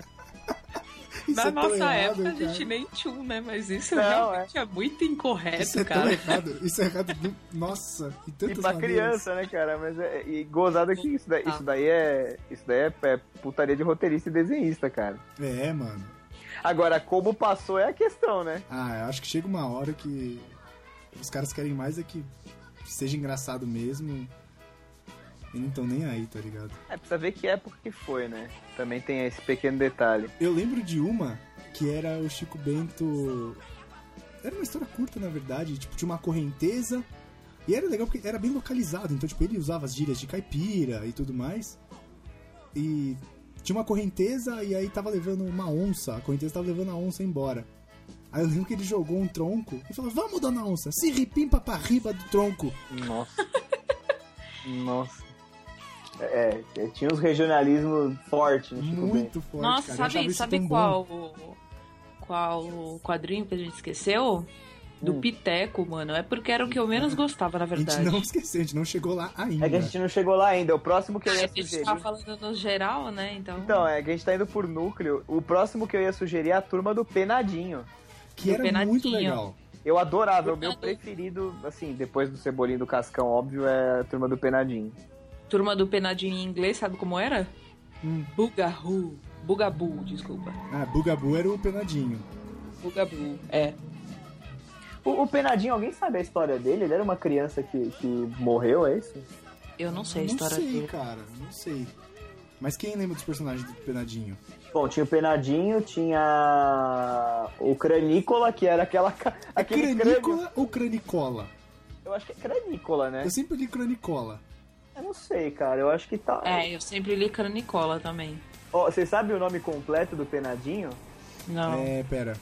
Isso Na é tão nossa errado, época a cara. gente nem tinha um, né? Mas isso Não, realmente é, muito incorreto, Isso é tão cara. errado. Isso é errado. do- Nossa, e E tantas pra maneiras. criança, né, cara? Mas é, e gozado que isso daí, Tá. isso daí é. Isso daí é, é putaria de roteirista e desenhista, cara. É, mano. Agora, como passou é a questão, né? Ah, eu acho que chega uma hora que os caras querem mais é que seja engraçado mesmo. E não estão nem aí, tá ligado? É, precisa ver que época que foi, né? Também tem esse pequeno detalhe. Eu lembro de uma que era o Chico Bento. Era uma história curta, na verdade, tipo, tinha uma correnteza. E era legal porque era bem localizado, então, tipo, ele usava as gírias de caipira e tudo mais. E tinha uma correnteza e aí tava levando uma onça, a correnteza tava levando a onça embora. Aí eu lembro que ele jogou um tronco e falou: Vamos, dona onça, se ripimpa pra riba do tronco. Nossa. Nossa. É, é, tinha uns regionalismos fortes tipo, no Chico Bento. Muito forte, cara. Nossa, Eu achava sabe, isso sabe tão bom. qual, o- qual o quadrinho que a gente esqueceu? Do Hum. Piteco, mano. É porque era o que eu menos gostava, na Uhum. A gente é verdade. não esqueceu, a gente não chegou lá ainda. É que a gente não chegou lá ainda. O próximo que eu Ah, ia A gente sugerir. tava falando no geral, né? Então, Então, é que a gente tá indo por núcleo. O próximo que eu ia sugerir é a turma do Penadinho. Que era Penadinho. muito legal. Eu adorava, o meu Penadinho. preferido, assim, depois do Cebolinho e do Cascão, óbvio, é a turma do Penadinho. turma do penadinho em inglês, sabe como era? Hum. Bugahu. Bugabu, desculpa. Ah, Bugabu era o penadinho. Bugabu. É. O, o Penadinho, alguém sabe a história dele? Ele era uma criança que, que morreu, é isso? Eu não sei é a não história sei, dele. cara, não sei. Mas quem lembra dos personagens do Penadinho? Bom, tinha o Penadinho, tinha o Cranícola, que era aquela. ca- É Aquele crânio. Cranicola ou Cranicola? Eu acho que é Cranícola, né? Eu sempre li Cranicola. Eu não sei, cara. Eu acho que tá. É, eu sempre li Cranicola também. Ó, Você sabe o nome completo do Penadinho? Não. É, pera.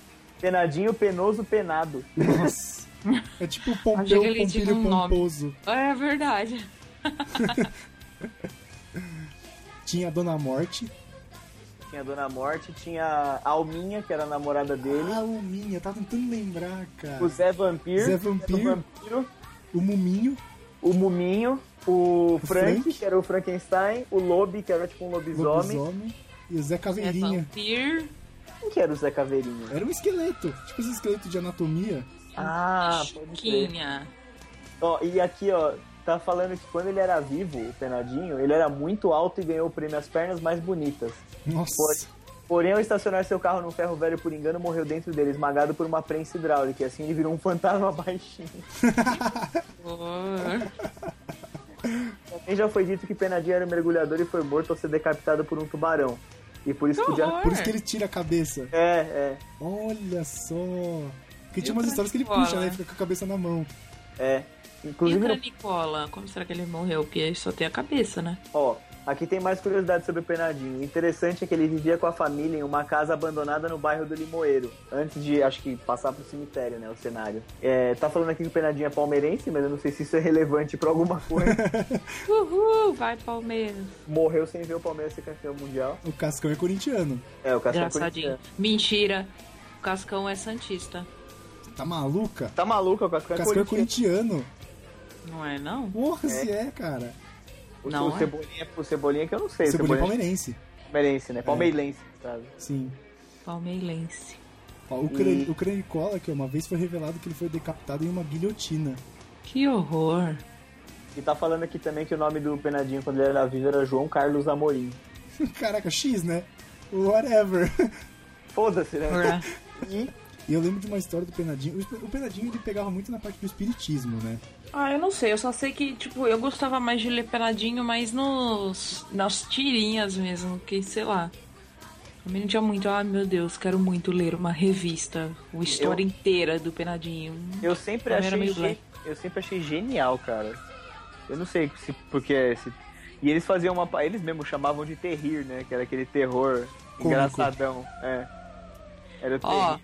Penadinho, penoso, penado. Nossa. É tipo o Pompeu, Achei que ele tinha Pompilho, um nome. Pomposo. É, verdade. Tinha a Dona Morte. Tinha a Dona Morte, tinha a Alminha, que era a namorada dele. Ah, o Minha, tava tentando lembrar, cara. O Zé Vampiro, Zé que era Vampiro. o, Vampiro, O Muminho. o Muminho, o Frank, Frank. que era o Frankenstein, o Lobe, que era tipo um lobisomem. Lobisomem. E o Zé É Caveirinha. vampir. Quem que era o Zé Caveirinha? Era um esqueleto. Tipo esse esqueleto de anatomia. Ah, pode crer. Chiquinha. Ó, e aqui, ó, tá falando que quando ele era vivo, o Penadinho, ele era muito alto e ganhou o prêmio As Pernas Mais Bonitas. Nossa. Pode. Porém, ao estacionar seu carro num ferro velho por engano, morreu dentro dele, esmagado por uma prensa hidráulica. E assim ele virou um fantasma baixinho. Oh. Também já foi dito que Penadinho era um mergulhador e foi morto ao ser decapitado por um tubarão. E por isso Que podia... horror. Por isso que ele tira a cabeça. É, Olha só. Porque tinha E o umas histórias que ele Cranicola, puxa, né? né? Fica com a cabeça na mão. é, é. E o Inclusive, no- Cranicola? Como será que ele morreu? Porque ele só tem a cabeça, né? ó, aqui tem mais curiosidade sobre o Penadinho. O interessante é que ele vivia com a família em uma casa abandonada no bairro do Limoeiro, antes de, acho que, passar pro cemitério, né, o cenário. É, tá falando aqui que o Penadinho é palmeirense, mas eu não sei se isso é relevante pra alguma coisa. Uhul, vai Palmeiras. Morreu sem ver o Palmeiras ser campeão mundial. O Cascão é corintiano. É, o Cascão Engraçadinho. corintiano. Mentira. O Cascão é santista. Tá maluca? Tá maluco, o Cascão é Cascão é corintiano. corintiano. Não é, não? Porra, É. se é, cara. O, Não, o é? Cebolinha, o Cebolinha que eu não sei. o Cebolinha é Cebolinha palmeirense. é palmeirense, né? Palmeirense, sabe? Sim. Palmeirense. Ó, o, cran... o Cranicola, que uma vez foi revelado que ele foi decapitado em uma guilhotina. Que horror. E tá falando aqui também que o nome do Penadinho quando ele era vivo era João Carlos Amorim. Caraca, X, né? Whatever. Foda-se, né? Ora. E E eu lembro de uma história do Penadinho. O esp- O Penadinho ele pegava muito na parte do espiritismo, né? Ah, eu não sei, eu só sei que, tipo, eu gostava mais de ler peladinho, mas nos, nas tirinhas mesmo, que sei lá. Também não tinha muito, ah, meu Deus, quero muito ler uma revista, uma história inteira do Penadinho. eu sempre Também era achei é meio gen- eu sempre achei genial, cara. Eu não sei se porque é se e eles faziam uma pa- eles mesmo chamavam de terrir, né? Que era aquele terror Cômico. engraçadão, é. Era o Ó, terrir.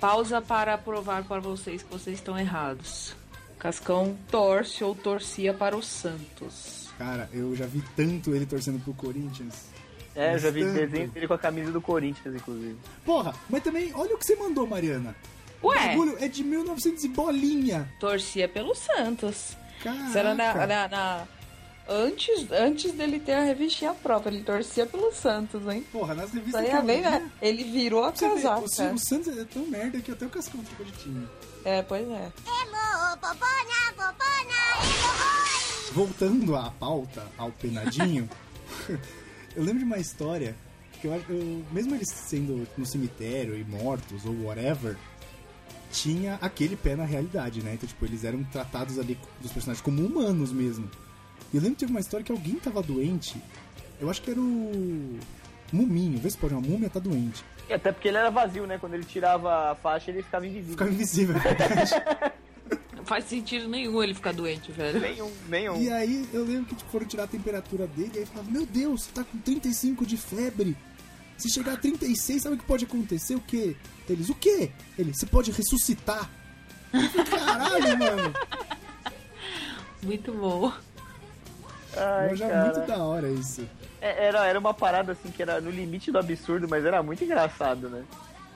pausa para provar para vocês que vocês estão errados. Cascão torce ou torcia para o Santos. Cara, eu já vi tanto ele torcendo pro Corinthians. é, eu já vi instante. desenho dele com a camisa do Corinthians inclusive. Porra, mas também, olha o que você mandou, Mariana. O Ué, bagulho é de 1900 e bolinha. torcia pelo Santos. Caraca. Isso era na, na, na- Antes, antes dele ter a revistinha própria, ele torcia pelo Santos, hein? Porra, nas Isso revistas. aí que eu é bem, lia, né? Ele virou a pra você ver, casaca. o Silvio Santos é tão merda que até o Cascão ficou de time. É, pois é. é Voltando à pauta, ao penadinho, eu lembro de uma história que eu, acho- eu mesmo eles sendo no cemitério e mortos ou whatever, tinha aquele pé na realidade, né? Então, tipo, eles eram tratados ali dos personagens como humanos mesmo. E eu lembro que teve uma história que alguém tava doente, eu acho que era o Muminho, vê se pode, uma múmia tá doente. E até porque ele era vazio, né? Quando ele tirava a faixa, ele ficava invisível. Ficava invisível. é Não faz sentido nenhum ele ficar doente, velho. Nenhum, nenhum. E aí eu lembro que tipo, foram tirar a temperatura dele e aí falavam, meu Deus, você tá com 35 de febre. Se chegar a 36, sabe o que pode acontecer? O quê? Eles, o quê? Ele, você pode ressuscitar. Eu falei, Caralho, mano. Muito bom. Ai, Eu já cara. muito da hora isso. É, Era, era uma parada assim que era no limite do absurdo, mas era muito engraçado, né?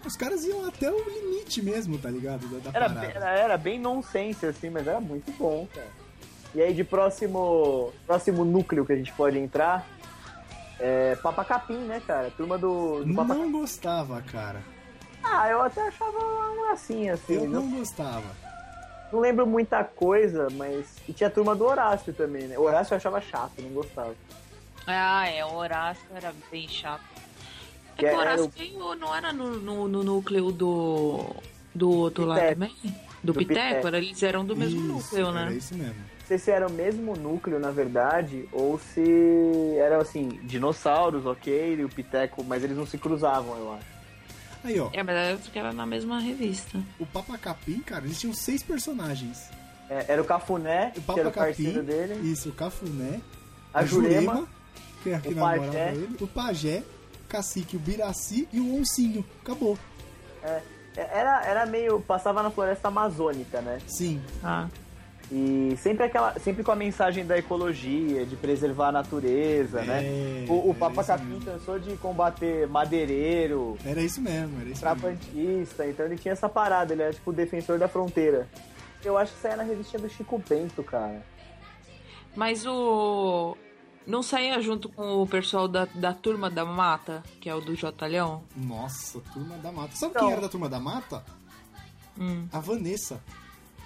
Os caras iam até o limite mesmo, tá ligado? Da, da Era, parada. era, era bem nonsense, assim, mas era muito bom, cara. E aí, de próximo, próximo núcleo que a gente pode entrar, é Papa Capim, né, cara? Turma do, do Papa Não gostava, cara. Ah, eu até achava um assim, assim. Eu não, não gostava. não lembro muita coisa, mas. E tinha a turma do Horácio também, né? O Horácio eu achava chato, não gostava. Ah, é, o Horácio era bem chato. É que Que o Horácio era o- veio- não era no, no- no núcleo do. do outro lá Piteco. também? Do, Do Piteco, Piteco. era- eles eram do mesmo Isso, núcleo, Era né? isso mesmo. Não sei se era o mesmo núcleo, na verdade, ou se eram assim, dinossauros, ok, e o Piteco, mas eles não se cruzavam, eu acho. Aí, ó. É, mas era porque era na mesma revista. O Papa Capim, cara, eles tinham seis personagens. É, era o Cafuné, O que Papa era o parceiro Capim, dele, isso, o Cafuné, a, Jurema, que é que o namorava Pajé. ele, o Pajé, o Cacique, o Biraci e o Oncinho. Acabou. É, Era, era meio. Passava na floresta amazônica, né? Sim. Ah, E sempre, aquela, sempre com a mensagem da ecologia, de preservar a natureza, né? É, O, o era Papa isso Capim mesmo. cansou de combater madeireiro, Era isso mesmo, era isso mesmo. trapantista, então ele tinha essa parada, ele era tipo o defensor da fronteira. Eu acho que isso aí era na revistinha do Chico Bento, cara. mas o. Não saía junto com o pessoal da, da Turma da Mata, que é o do Jotalhão? Nossa, Turma da Mata. Sabe Então. quem era da Turma da Mata? Hum. A Vanessa.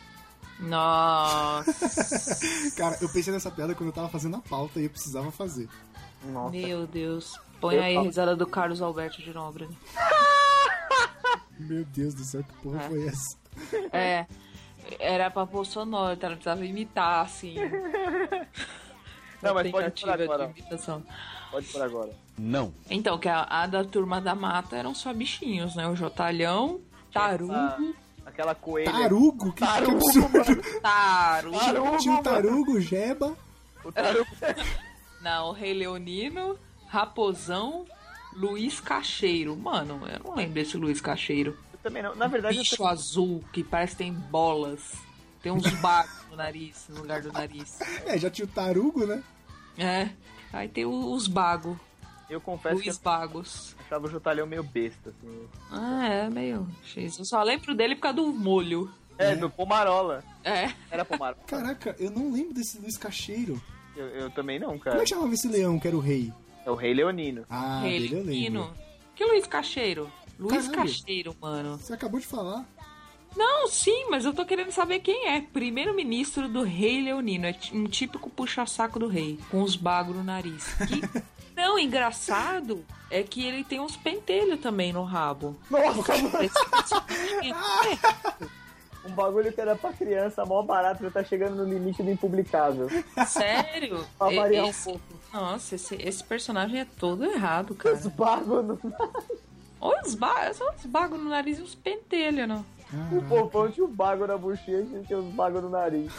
Nossa! Cara, eu pensei nessa piada quando eu tava fazendo a pauta e eu precisava fazer. Nossa. Meu Deus. Põe Eu aí a falo. risada do Carlos Alberto de Nóbrega. Meu Deus do céu, que porra Ah. É. foi essa? É. Era pra pôr sonoro, então ela precisava imitar, assim. Não, uma mas pode pôr tentativa agora. de imitação. Pode por agora. Não. Então, que a, a da turma da mata eram só bichinhos, né? O Jotalhão, Tarugo, Ah, Aquela coelha. Tarugo? Que, Tarugo, que absurdo. Tarugo. Tinha o Tarugo, mano. Tarugo, Jeba. O tarugo. Não, o Rei Leonino, Raposão, Luiz Cacheiro. Mano, eu não lembro desse Luiz Cacheiro. Eu também não. Na verdade, eu Bicho azul, que parece que tem bolas. Tem uns bagos no nariz, no lugar do nariz. É, já tinha o Tarugo, né? É. Aí tem o- os bagos. Eu confesso Luiz Bagos. que eu achava o Jotalhão meio besta, assim. Ah, é, meio. X. Eu só lembro dele por causa do molho. É, do Pomarola. É. Era Pomarola. Caraca, eu não lembro desse Luiz Cacheiro. Eu, eu também não, Como cara. é que chamava esse leão que era o rei? É o Rei Leonino. Ah, Rei dele eu lembro. Leonino. Que Luiz Cacheiro? Luiz Caralho. Cacheiro, mano. Você acabou de falar. Não, sim, mas eu tô querendo saber quem é. Primeiro-ministro do Rei Leonino. É ti- um típico puxa-saco do rei, com os bagos no nariz. Que não engraçado é que ele tem uns pentelhos também no rabo. Nossa, É, Um bagulho que era pra criança, mó barato, já tá chegando no limite do impublicável. sério? Pra variar um Esse- pouco. Nossa, esse, esse personagem é todo errado, Os cara. bagulhos no... Olha os bagos, só os bagos no nariz e uns pentelhos, não. O povão tinha um bago na bochecha e tinha os bagos no nariz.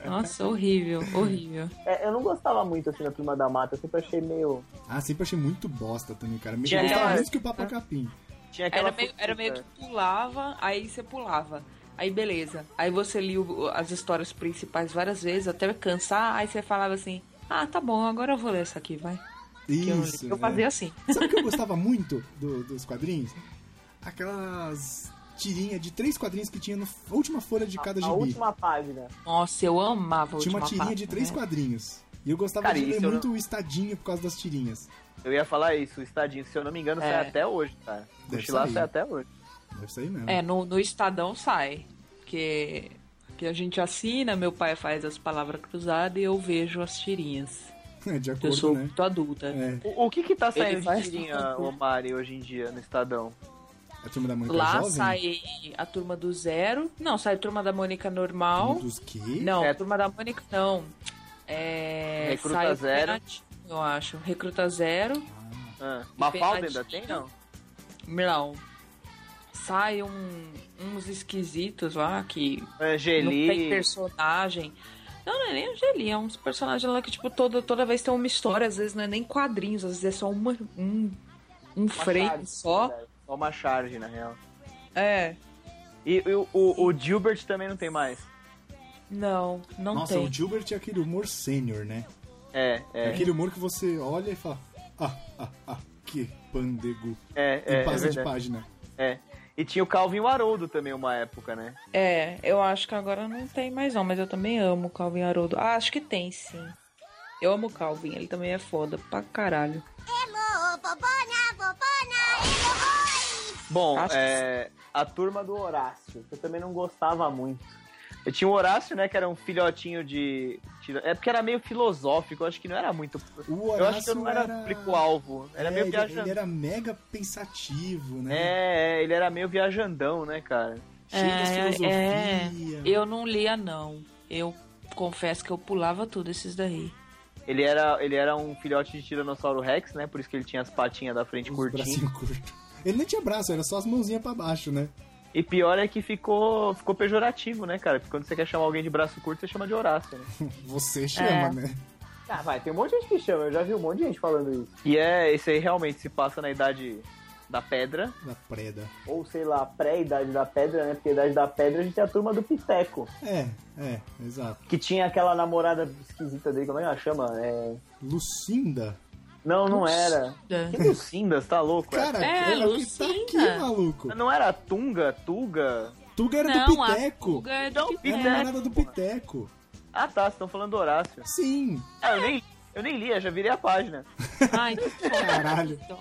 É. Nossa, horrível, horrível. É, eu não gostava muito, assim, da Turma da Mata. Eu sempre achei meio... Ah, sempre achei muito bosta também, cara. Me Tinha gostava aquela- menos que o Papa Capim. Tinha Era meio, era meio que pulava, aí você pulava. Aí beleza. Aí você lia o- as histórias principais várias vezes, até cansar, aí você falava assim, ah, tá bom, agora eu vou ler essa aqui, vai. Que eu, não li. Isso. eu é. fazia assim. Sabe o que eu gostava muito do- dos quadrinhos? Aquelas tirinhas de três quadrinhos que tinha na última folha de cada A gibi. última página. Nossa, eu amava a Tinha última uma tirinha parte, de três né? quadrinhos. E eu gostava Cara, de ler isso eu não- muito o Estadinho por causa das tirinhas. Eu ia falar isso, o Estadinho, se eu não me engano, É. sai até hoje, cara. Deve Mochilar sair. sai até hoje. Deve sair mesmo. É, no, no Estadão sai. Que, que a gente assina, meu pai faz as palavras cruzadas e eu vejo as tirinhas. É, de Eu acordo, sou né? muito adulta. É, O, o que que tá saindo de faz tirinha, tudo. ô Mari, hoje em dia, no Estadão? a turma da Mônica Lá tá jovem? sai a turma do zero. Não, sai a turma da Mônica Um normal. Dos quê? Não, É. a turma da Mônica não. É, Recruta sai o Zero. Penadinho, Eu acho. Recruta zero. Ah, Mafalda Penadinho. ainda tem, não? Não. Sai um- uns esquisitos lá que não tem Angeli, personagem. Não, não é nem Angeli, é uns personagens lá que, tipo, toda, toda vez tem uma história, às vezes não é nem quadrinhos, às vezes é só uma, um, um uma frame charge, só. cara. Só uma charge, na real. É. E, e o, o, o Gilbert também não tem mais. Não, não Nossa, tem. o Gilbert é aquele humor sênior, né? É, É. é. aquele humor que você olha e fala, ah, ah, ah, que pandego. E É, é, é, passa de verdade. página. é. E tinha o Calvin e o Haroldo também, uma época, né? É, eu acho que agora não tem mais não, mas eu também amo o Calvin Haroldo. Ah, acho que tem sim. Eu amo o Calvin, ele também é foda pra caralho. Emo, bobona, bobona, emo, oi! Bom, Acho que é, a turma do Horácio, que eu também não gostava muito. Eu tinha o Horácio, né, que era um filhotinho de... tira- É porque era meio filosófico, eu acho que não era muito... O Eu acho que eu não era, Horácio público-alvo, era É, meio ele, viajandão. ele era mega pensativo, né? É, é, ele era meio viajandão, né, cara? Cheio das É, filosofia. Eu não lia não. Eu confesso que eu pulava tudo esses daí. Ele era, ele era um filhote de Tiranossauro Rex, né? Por isso que ele tinha as patinhas da frente Os curtinhas. bracinhos curtos. Ele nem tinha braço, era só as mãozinhas pra baixo, né? E pior é que ficou, ficou pejorativo, né, cara? Porque quando você quer chamar alguém de braço curto, você chama de Horácio, né? Você chama, É. né? Ah, vai, tem um monte de gente que chama, eu já vi um monte de gente falando isso. E é, esse aí realmente se passa na idade da pedra, Da preda. ou sei lá, pré-idade da pedra, né? Porque a idade da pedra a gente tem a turma do Piteco, É, é, exato. que tinha aquela namorada esquisita dele, como é que ela chama? É... Lucinda? Não, não era. É. Que Lucinda, você tá louco? é? Cara, É, ela que tá Lucinda. aqui, maluco. Não era Tunga, Tuga? Tuga era do a Piteco. Tuga é do Não, Era Piteco. Piteco. a namorada do porra. Piteco. Ah tá, vocês estão falando do Horácio. Sim. Ah, eu nem, eu nem li, eu já virei a página. Ai, que foda. Caralho. Então,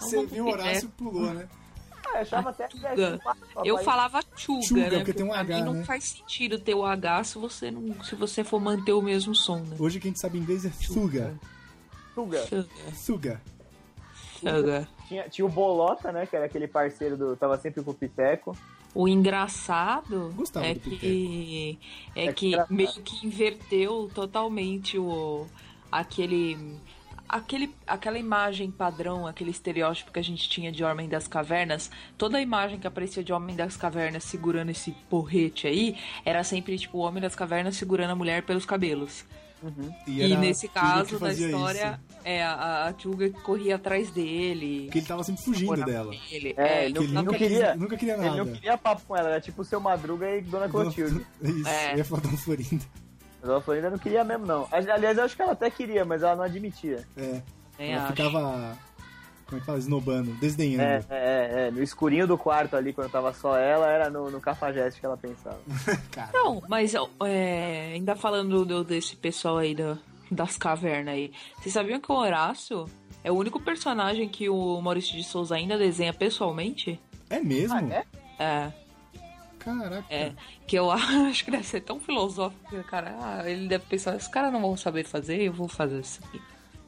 Você vamos viu o pro Horácio pulou, né? Ah, eu achava até que era tipo, ah, Tuga. simpático, Eu rapaz. falava Tuga, Tuga, né? porque tem um pra H, mim não né? faz sentido ter o H se você, não, se você for manter o mesmo som, né? Hoje quem sabe inglês é Tuga. Tuga. Tuga. Tuga. Tuga. Tinha, tinha o Bolota, né? Que era aquele parceiro do. Tava sempre com o Piteco. O engraçado Gostava é do que é, É que engraçado. meio que inverteu totalmente o aquele aquele aquela imagem padrão, aquele estereótipo que a gente tinha de Homem das Cavernas. Toda a imagem que aparecia de Homem das Cavernas segurando esse porrete aí era sempre tipo o Homem das Cavernas segurando a mulher pelos cabelos. E, era nesse a Tuga que caso da fazia história isso. é a, a Tuga que corria atrás dele. Porque ele tava sempre fugindo namorava dela. Ele, É, é, ele Que ele não nunca não quis- queria- nunca queria Ele nada. não queria papo com ela, era tipo o seu Madruga e Dona Clotilde. Isso, É. eu ia um falar Dona Florinda. Mas ela falou, ainda não queria mesmo, não. Ali- Aliás, eu acho que ela até queria, mas ela não admitia. É, nem ela acho. ficava, como é que fala, esnobando, É, desdenhando. é, é. No escurinho do quarto ali, quando tava só ela, era no, no cafajeste que ela pensava. Cara, Não, Então, mas ó, é, ainda falando do- desse pessoal aí da- das cavernas aí, vocês sabiam que o Horácio é o único personagem que o Maurício de Souza ainda desenha pessoalmente? é mesmo? Ah, é? É, Caraca. é. Que eu acho que deve ser tão filosófico, que o cara. ah, ele deve pensar, esses caras não vão saber fazer, eu vou fazer assim." isso aqui.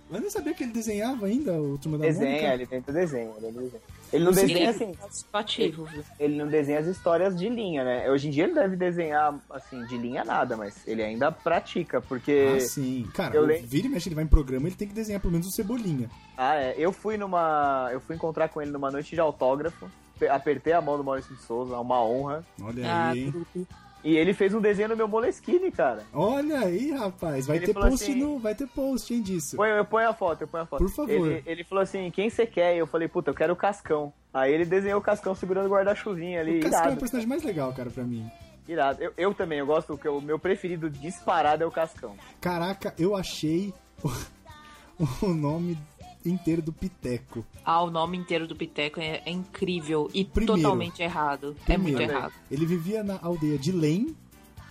Mas não sabia que ele desenhava ainda o Turma da Desenha, Mônica? ele tenta desenho, ele desenha. Ele não Sim. Ele desenha é assim, participativo, viu? ele não desenha as histórias de linha, né? Hoje em dia ele deve desenhar, assim, de linha nada, mas ele ainda pratica, porque. Ah, sim. Cara, eu o lembro- vira e mexe, ele vai em programa, ele tem que desenhar pelo menos o Cebolinha. Ah, é. Eu fui numa. Eu fui encontrar com ele numa noite de autógrafo. pe- Apertei a mão do Maurício de Souza, uma honra. Olha Ah, aí, hein? grupo. E ele fez um desenho no meu Moleskine, cara. Olha aí, rapaz. Vai Ele ter falou post assim- no... Vai ter post, hein, disso. Põe, eu ponho a foto, eu ponho a foto. Por favor. Ele, ele falou assim: quem você quer? Eu falei, puta, eu quero o Cascão. Aí ele desenhou o Cascão segurando o guarda-chuvinha ali. O Cascão é o irado, personagem mais legal, cara, pra mim. irado. Eu, eu também, eu gosto, que o meu preferido disparado é o Cascão. Caraca, eu achei o, o nome inteiro do Piteco. Ah, o nome inteiro do Piteco é, é incrível e Primeiro. totalmente errado. é muito Primeiro, errado. Ele vivia na aldeia de Lem,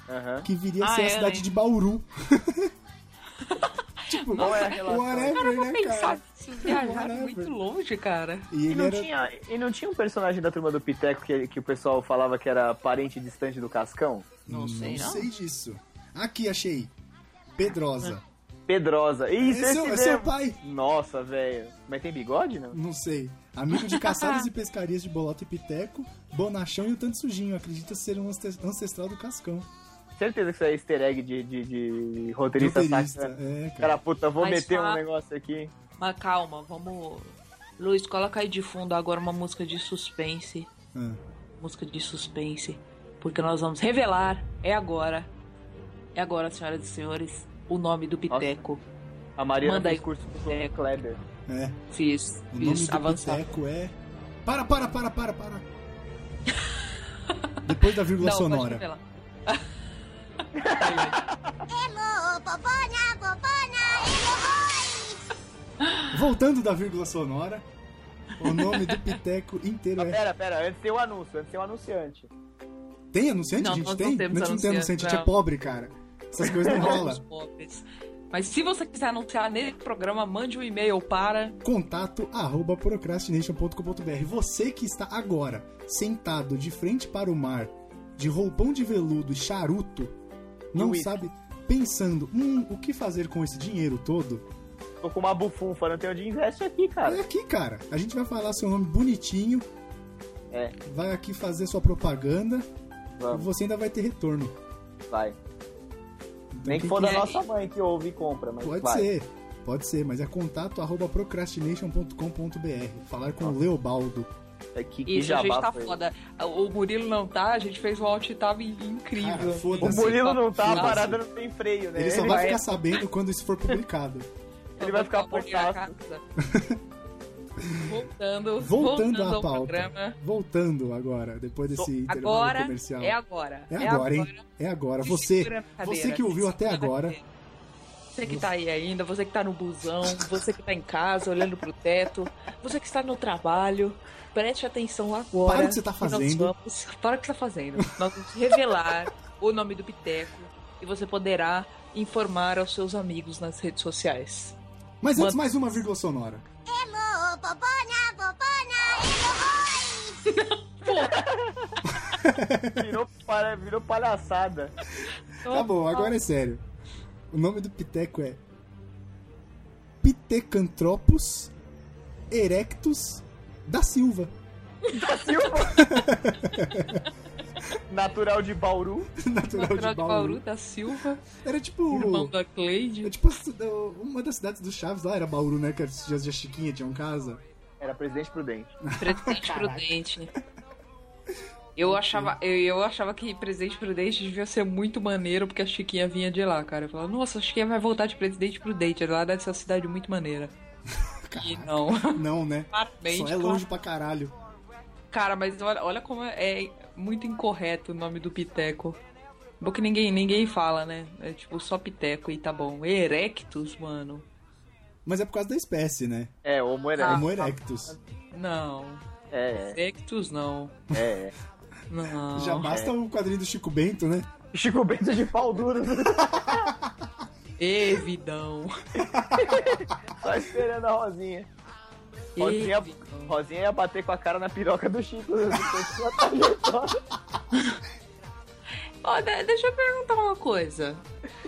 Aham. que viria a Ah, ser a é, cidade Lem. de Bauru. Tipo, Qual é a relação? whatever, Cara, pra né, pensar, cara? vocês viajaram Whatever. muito longe, cara. E E ele não, era. tinha, e não tinha um personagem da turma do Piteco que, que o pessoal falava que era parente distante do Cascão? Não sei, não. um sei disso. Aqui, achei. Pedrosa. Pedrosa. Isso, É esse, seu, é mesmo. seu pai? Nossa, velho. Mas tem bigode, não? Não sei. Amigo de caçadas e pescarias de Bolota e Piteco, Bonachão e o Tanto Sujinho. Acredita ser um anste- ancestral do Cascão. Certeza que isso é easter egg de, de, de roteirista, Roteirista, saca. é, cara. Cara, puta, vou Mas meter um fala- negócio aqui. Mas calma, vamos. Luiz, coloca aí de fundo agora uma música de suspense. Ah. Música de suspense. Porque nós vamos revelar, é agora. É agora, senhoras e senhores, o nome do Piteco. A Mariana Manda fez aí. curso com o Kleber. É. Fiz, O nome fiz, do avançar. Piteco é. Para, para, para, para, para. Depois da vírgula Não, pode sonora. revelar. Emo, bobona, bobona, Voltando da vírgula sonora, o nome do Piteco inteiro Ah, é. pera, pera, antes tem o anúncio, antes tem o anunciante. Tem anunciante, Não, gente? nós Tem? não temos a gente não tem anunciante, anunciante, a gente é não. pobre, cara. Essas coisas não Somos rolam. pobres. Mas se você quiser anunciar nesse programa, mande um e-mail para. contato arroba procrastination.com.br. Você que está agora sentado de frente para o mar, de roupão de veludo e charuto, não Ui. sabe, pensando, hum, o que fazer com esse dinheiro todo? Tô com uma bufunfa, não tenho onde investe aqui, É cara. aqui, cara. A gente vai falar seu nome bonitinho. É. Vai aqui fazer sua propaganda e Vamos, você ainda vai ter retorno. vai. Então, Nem que quem é? for da quiser- nossa mãe que ouve e compra, mas Pode vai. ser, pode ser, mas é contato arroba procrastination.com.br. Falar com o Leobaldo. É que, que Isso, a gente jabá tá foi esse? foda. O Murilo não tá, a gente fez um alt tab Cara, incrível. O Ah, foda-se. Murilo não tá, a Nossa. parada não tem freio, né? Ele só vai ficar sabendo quando isso for publicado. Ele vai ficar por minha putaço. casa. Voltando, Voltando, à ao pauta. programa. Voltando agora, depois desse intervalo Agora comercial. é agora. É agora, hein? É agora. Se Você, segura na cadeira, você que se ouviu até segura na agora, cadeira. Você que tá aí ainda, você que tá no busão, você que tá em casa olhando pro teto, você que está no trabalho, preste atenção agora. Para o que você tá nós fazendo. vamos- para o que você tá fazendo. Nós vamos revelar o nome do Piteco e você poderá informar aos seus amigos nas redes sociais. mas antes Manda- mais uma vírgula sonora. emo, bobona, bobona. Virou, para- virou palhaçada. Tá bom, agora é sério. O nome do piteco é Pitecantropus erectus da Silva. Tá Natural de Bauru. Natural, Natural de Bauru. da Silva, Era tipo irmão da Cleide. é tipo uma das cidades do Chaves lá era Bauru, né? Que era esses dias de Chiquinha tinha um casa. Era Presidente Prudente. Presidente Prudente. né? Eu achava, eu, eu achava que Presidente Prudente devia ser muito maneiro, porque a Chiquinha vinha de lá, cara. Eu falava, nossa, a Chiquinha vai voltar de Presidente Prudente, ela é dessa cidade muito maneira. E não, Não, né? claramente. Só é longe pra caralho. Cara, mas olha, olha como é muito incorreto o nome do Piteco. Bom que ninguém, ninguém fala, né? É tipo só Piteco e tá bom. Erectus, mano. Mas é por causa da espécie, né? É, Homo É erectus. Homo erectus. Não. É, Erectus não. é, é, Não. Já basta o quadrinho do Chico Bento, né? é. Chico Bento de pau duro. Evidão. Só esperando a Rosinha. Rosinha, Evidão. Rosinha ia bater com a cara na piroca do Chico. né? Continua a trajetória. Ó, de- deixa eu perguntar uma coisa.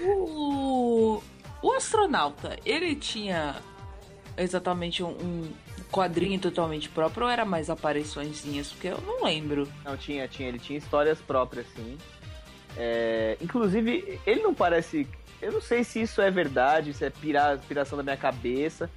O, o astronauta, ele tinha exatamente um, um quadrinho totalmente próprio ou era mais apariçõezinhas? Porque eu não lembro. Não, tinha, tinha. Ele tinha histórias próprias, sim. É, inclusive, ele não parece... Eu não sei se isso é verdade, se é pira, piração da minha cabeça.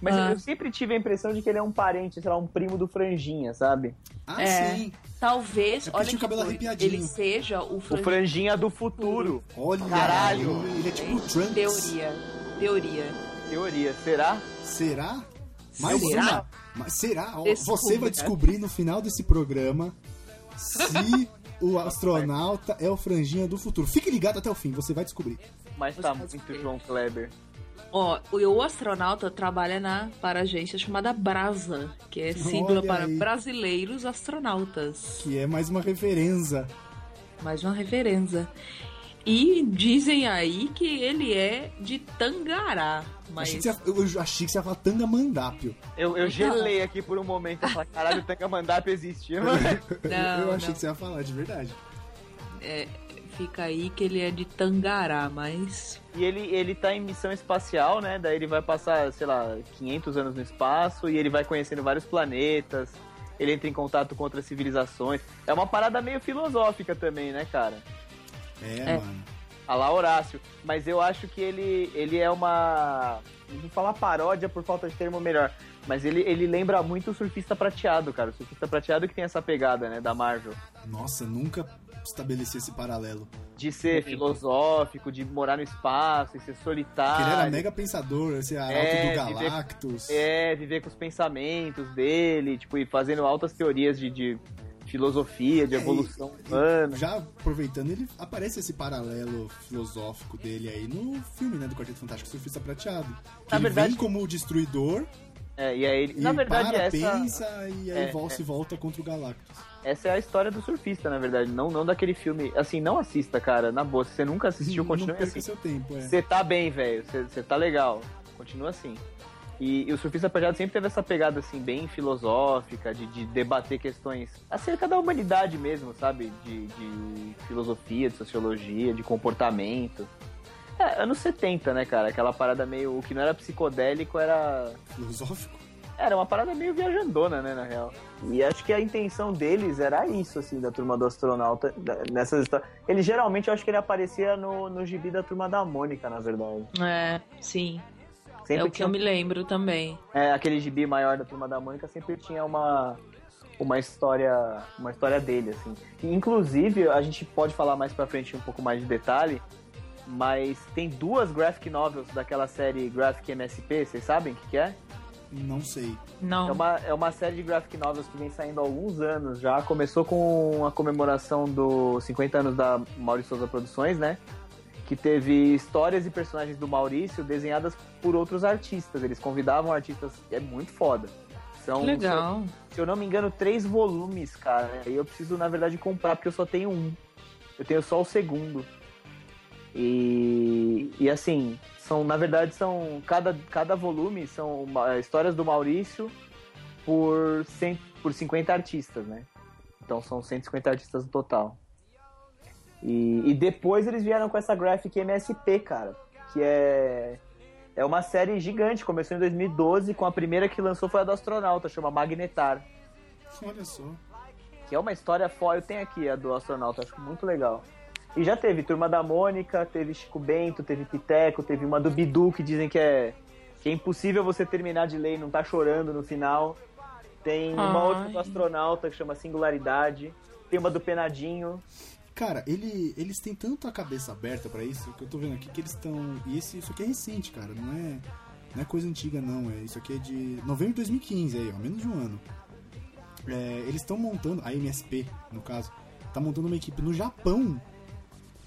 Mas Ah. eu sempre tive a impressão de que ele é um parente, sei lá, um primo do Franjinha, sabe? Ah, É. sim. Talvez, É porque olha tinha o que cabelo coisa, arrepiadinho. ele seja o, O Fran- Franjinha do futuro. Olha, Caralho. ele é tipo o Trunks. Teoria. Teoria. Teoria, será? Será? Mais Será? uma. Mas será? Ó, Descubra. Você vai descobrir no final desse programa se o astronauta é o franjinha do futuro. Fique ligado até o fim, você vai descobrir. Mas Você tá faz o muito quê? João Kleber. Ó, o, o astronauta trabalha na para agência chamada Brasa, que é sigla Olha para aí. Brasileiros Astronautas. Que é mais uma referência. Mais uma referência. E dizem aí que ele é de Tangará. Mas Achei que você ia- eu, eu achei que você ia falar Tanga Mandápio. Eu, eu gelei aqui por um momento. Eu falei, caralho, o Tangamandap existe. Não, eu achei não. que você ia falar, de verdade. fica aí que ele é de Tangará, mas. E ele, ele tá em missão espacial, né? Daí ele vai passar, sei lá, 500 anos no espaço e ele vai conhecendo vários planetas. Ele entra em contato com outras civilizações. É uma parada meio filosófica também, né, cara? É, É. mano. A lá Horácio. Mas eu acho que ele, ele é uma. Não vou falar paródia por falta de termo melhor. Mas ele, ele lembra muito o surfista prateado, cara. O surfista prateado que tem essa pegada, né, da Marvel. Nossa, nunca estabeleci esse paralelo. De ser filosófico, de morar no espaço, de ser Porque solitário. ele era mega pensador, esse arauto É, do de ver- Galactus. É, viver com os pensamentos dele, tipo, e fazendo altas teorias de, de filosofia, de É, evolução e- humana. Já aproveitando, ele aparece esse paralelo filosófico dele aí no filme, né? Do Quarteto Fantástico Surfista Prateado. Que Na ele verdade- vem como o destruidor É, e aí, ele- e na verdade, para, essa, pensa e aí é, volta se volta contra o Galactus. essa é a história do surfista, na verdade, não, não daquele filme. Assim, não assista, cara, na boa. Se você nunca assistiu, Não continue perca assim. seu tempo, é. Você tá bem, velho, você você tá legal, continua assim. E, e o surfista prateado sempre teve essa pegada, assim, bem filosófica, de, de debater questões acerca da humanidade mesmo, sabe? De, de filosofia, de sociologia, de comportamento. É, anos 70, né, cara? Aquela parada meio. O que não era psicodélico era. Filosófico? Era uma parada meio viajandona, né, na real. E acho que a intenção deles era isso, assim, da turma do astronauta, da- nessas histórias. Ele geralmente, eu acho que ele aparecia no, no gibi da turma da Mônica, na verdade. É, sim. Sempre é o que tinha um, eu me lembro também. é, aquele gibi maior da Turma da Mônica sempre tinha uma uma história uma história dele assim E, inclusive a gente pode falar mais pra frente um pouco mais de detalhe mas tem duas graphic novels daquela série graphic MSP vocês sabem o que, que é Não sei. Não. é uma, é uma série de graphic novels que vem saindo há alguns anos já. Começou com a comemoração dos 50 anos da Maurício Souza Produções, né? Que teve histórias e personagens do Maurício desenhadas por outros artistas. Eles convidavam artistas. É muito foda. São, Legal. Se, se eu não me engano, três volumes, cara. E eu preciso, na verdade, comprar, porque eu só tenho um. Eu tenho só o segundo. E, e assim, são, na verdade, são. Cada, cada volume são uma- histórias do Maurício por, 100, por 50 artistas, né? Então são 150 artistas no total. E, e depois eles vieram com essa graphic MSP, cara. Que é. É uma série gigante, começou em 2012, com a primeira que lançou foi a do astronauta, chama Magnetar. Olha só. Que é uma história foda. Eu tenho aqui a do astronauta, acho muito legal. E já teve Turma da Mônica, teve Chico Bento, teve Piteco, teve uma do Bidu que dizem que é, que é impossível você terminar de ler e não tá chorando no final. Tem uma Ai. outra do astronauta que chama Singularidade. Tem uma do Penadinho. Cara, ele, eles têm tanto a cabeça aberta pra isso, que eu tô vendo aqui que eles estão. E esse, isso aqui é recente, cara, não é, não é coisa antiga, não. É, isso aqui é de novembro de 2015, aí, ó, menos de um ano. É, eles estão montando, a MSP, no caso, tá montando uma equipe no Japão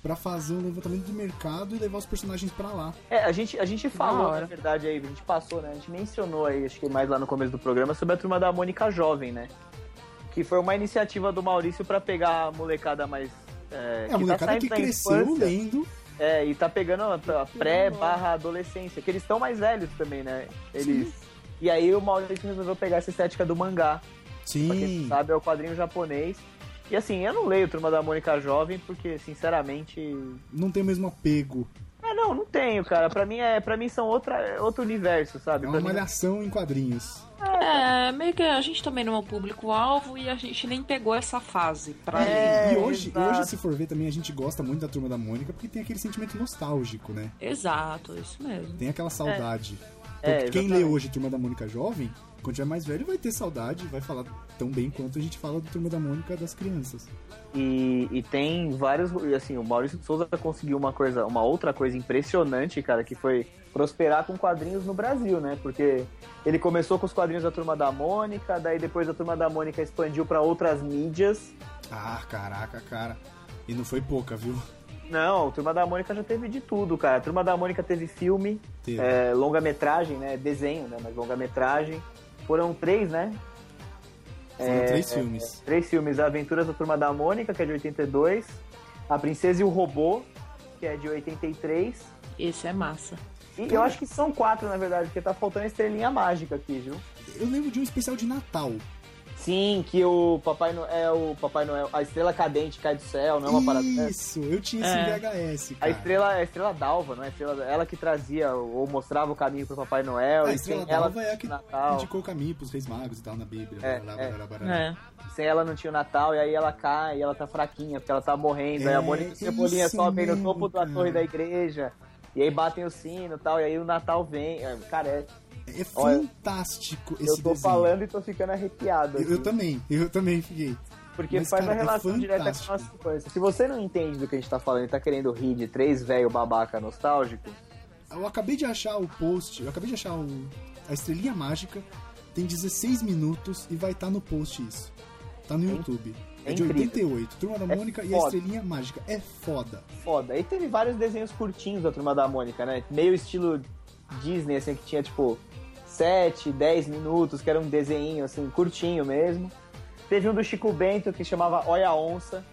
pra fazer um levantamento de mercado e levar os personagens pra lá. É, a gente, a gente falou, hora. na verdade, aí, a gente passou, né? A gente mencionou aí, acho que mais lá no começo do programa, sobre a turma da Mônica Jovem, né? Que foi uma iniciativa do Maurício pra pegar a molecada mais. É, É, a molecada que da cresceu infância. lendo. É, e tá pegando a, a pré barra adolescência, que eles estão mais velhos também, né? Eles. E aí o Maurício resolveu pegar essa estética do mangá. Pra quem Sim. sabe, é o quadrinho japonês. E assim, eu não leio Turma da Mônica Jovem, porque, sinceramente. Não tem o mesmo apego. É, não, não tenho, cara. Pra mim, é, pra mim são outra, é outro universo, sabe? É Pra uma mim- malhação em quadrinhos. É, meio que a gente também não é o público-alvo e a gente nem pegou essa fase pra É. e hoje, exato. hoje, se for ver também, a gente gosta muito da Turma da Mônica porque tem aquele sentimento nostálgico, né? Exato, isso mesmo. Tem aquela saudade. É, Porque quem lê exatamente. hoje Turma da Mônica jovem, quando tiver mais velho, vai ter saudade, vai falar tão bem quanto a gente fala do Turma da Mônica das crianças. E, e tem vários. e, Assim, o Maurício de Souza conseguiu uma coisa, uma outra coisa impressionante, cara, que foi prosperar com quadrinhos no Brasil, né? Porque ele começou com os quadrinhos da Turma da Mônica, daí depois a Turma da Mônica expandiu pra outras mídias. Ah, caraca, cara. E não foi pouca, viu? Não, a Turma da Mônica já teve de tudo, cara. A Turma da Mônica teve filme, Teve. é, longa-metragem, né? Desenho, né? Mas longa-metragem. Foram três, né? Foram três filmes. Três filmes: Aventuras da Turma da Mônica, que é de 82, A Princesa e o Robô, que é de 83. Esse é massa. E eu acho que são quatro, na verdade, porque tá faltando a estrelinha mágica aqui, viu? Eu lembro de um especial de Natal. Sim, que o Papai Noel, é, o Papai Noel, a estrela cadente cai do céu, não é uma parada. dessa? Isso, eu tinha esse É. VHS, A cara. estrela, a estrela d'alva, não é? A estrela, ela que trazia ou mostrava o caminho pro Papai Noel. A e estrela sem ela d'alva é a que não tinha Natal. indicou o caminho pros reis magos e tal na Bíblia. É, blá, é. blá, blá, blá, blá. É. Sem ela não tinha o Natal, e aí ela cai, e ela tá fraquinha, porque ela tá morrendo. aí É, a Mônica e o Cebolinha isso sobem no mesmo, topo da cara. torre da igreja. E aí batem o sino e tal, e aí o Natal vem. É, Cara, é- É Olha, fantástico esse eu tô desenho. falando e tô ficando arrepiado. assim. Eu, eu aqui. também, eu também fiquei. Porque Mas, faz cara, uma é relação direta com a fantástico. nossa infância. Se você não entende do que a gente tá falando e tá querendo rir de três velho babaca nostálgico, Eu acabei de achar o post, eu acabei de achar o, a estrelinha mágica, tem 16 minutos e vai estar no post isso. Tá no YouTube. É, de incrível. 88. Turma da É Mônica e a foda. estrelinha mágica. É foda. foda. E teve vários desenhos curtinhos da Turma da Mônica, né? Meio estilo Disney, assim, que tinha, tipo, 7, 10 minutos, que era um desenho, assim, curtinho mesmo. Teve um do Chico Bento, que chamava Olha a Onça,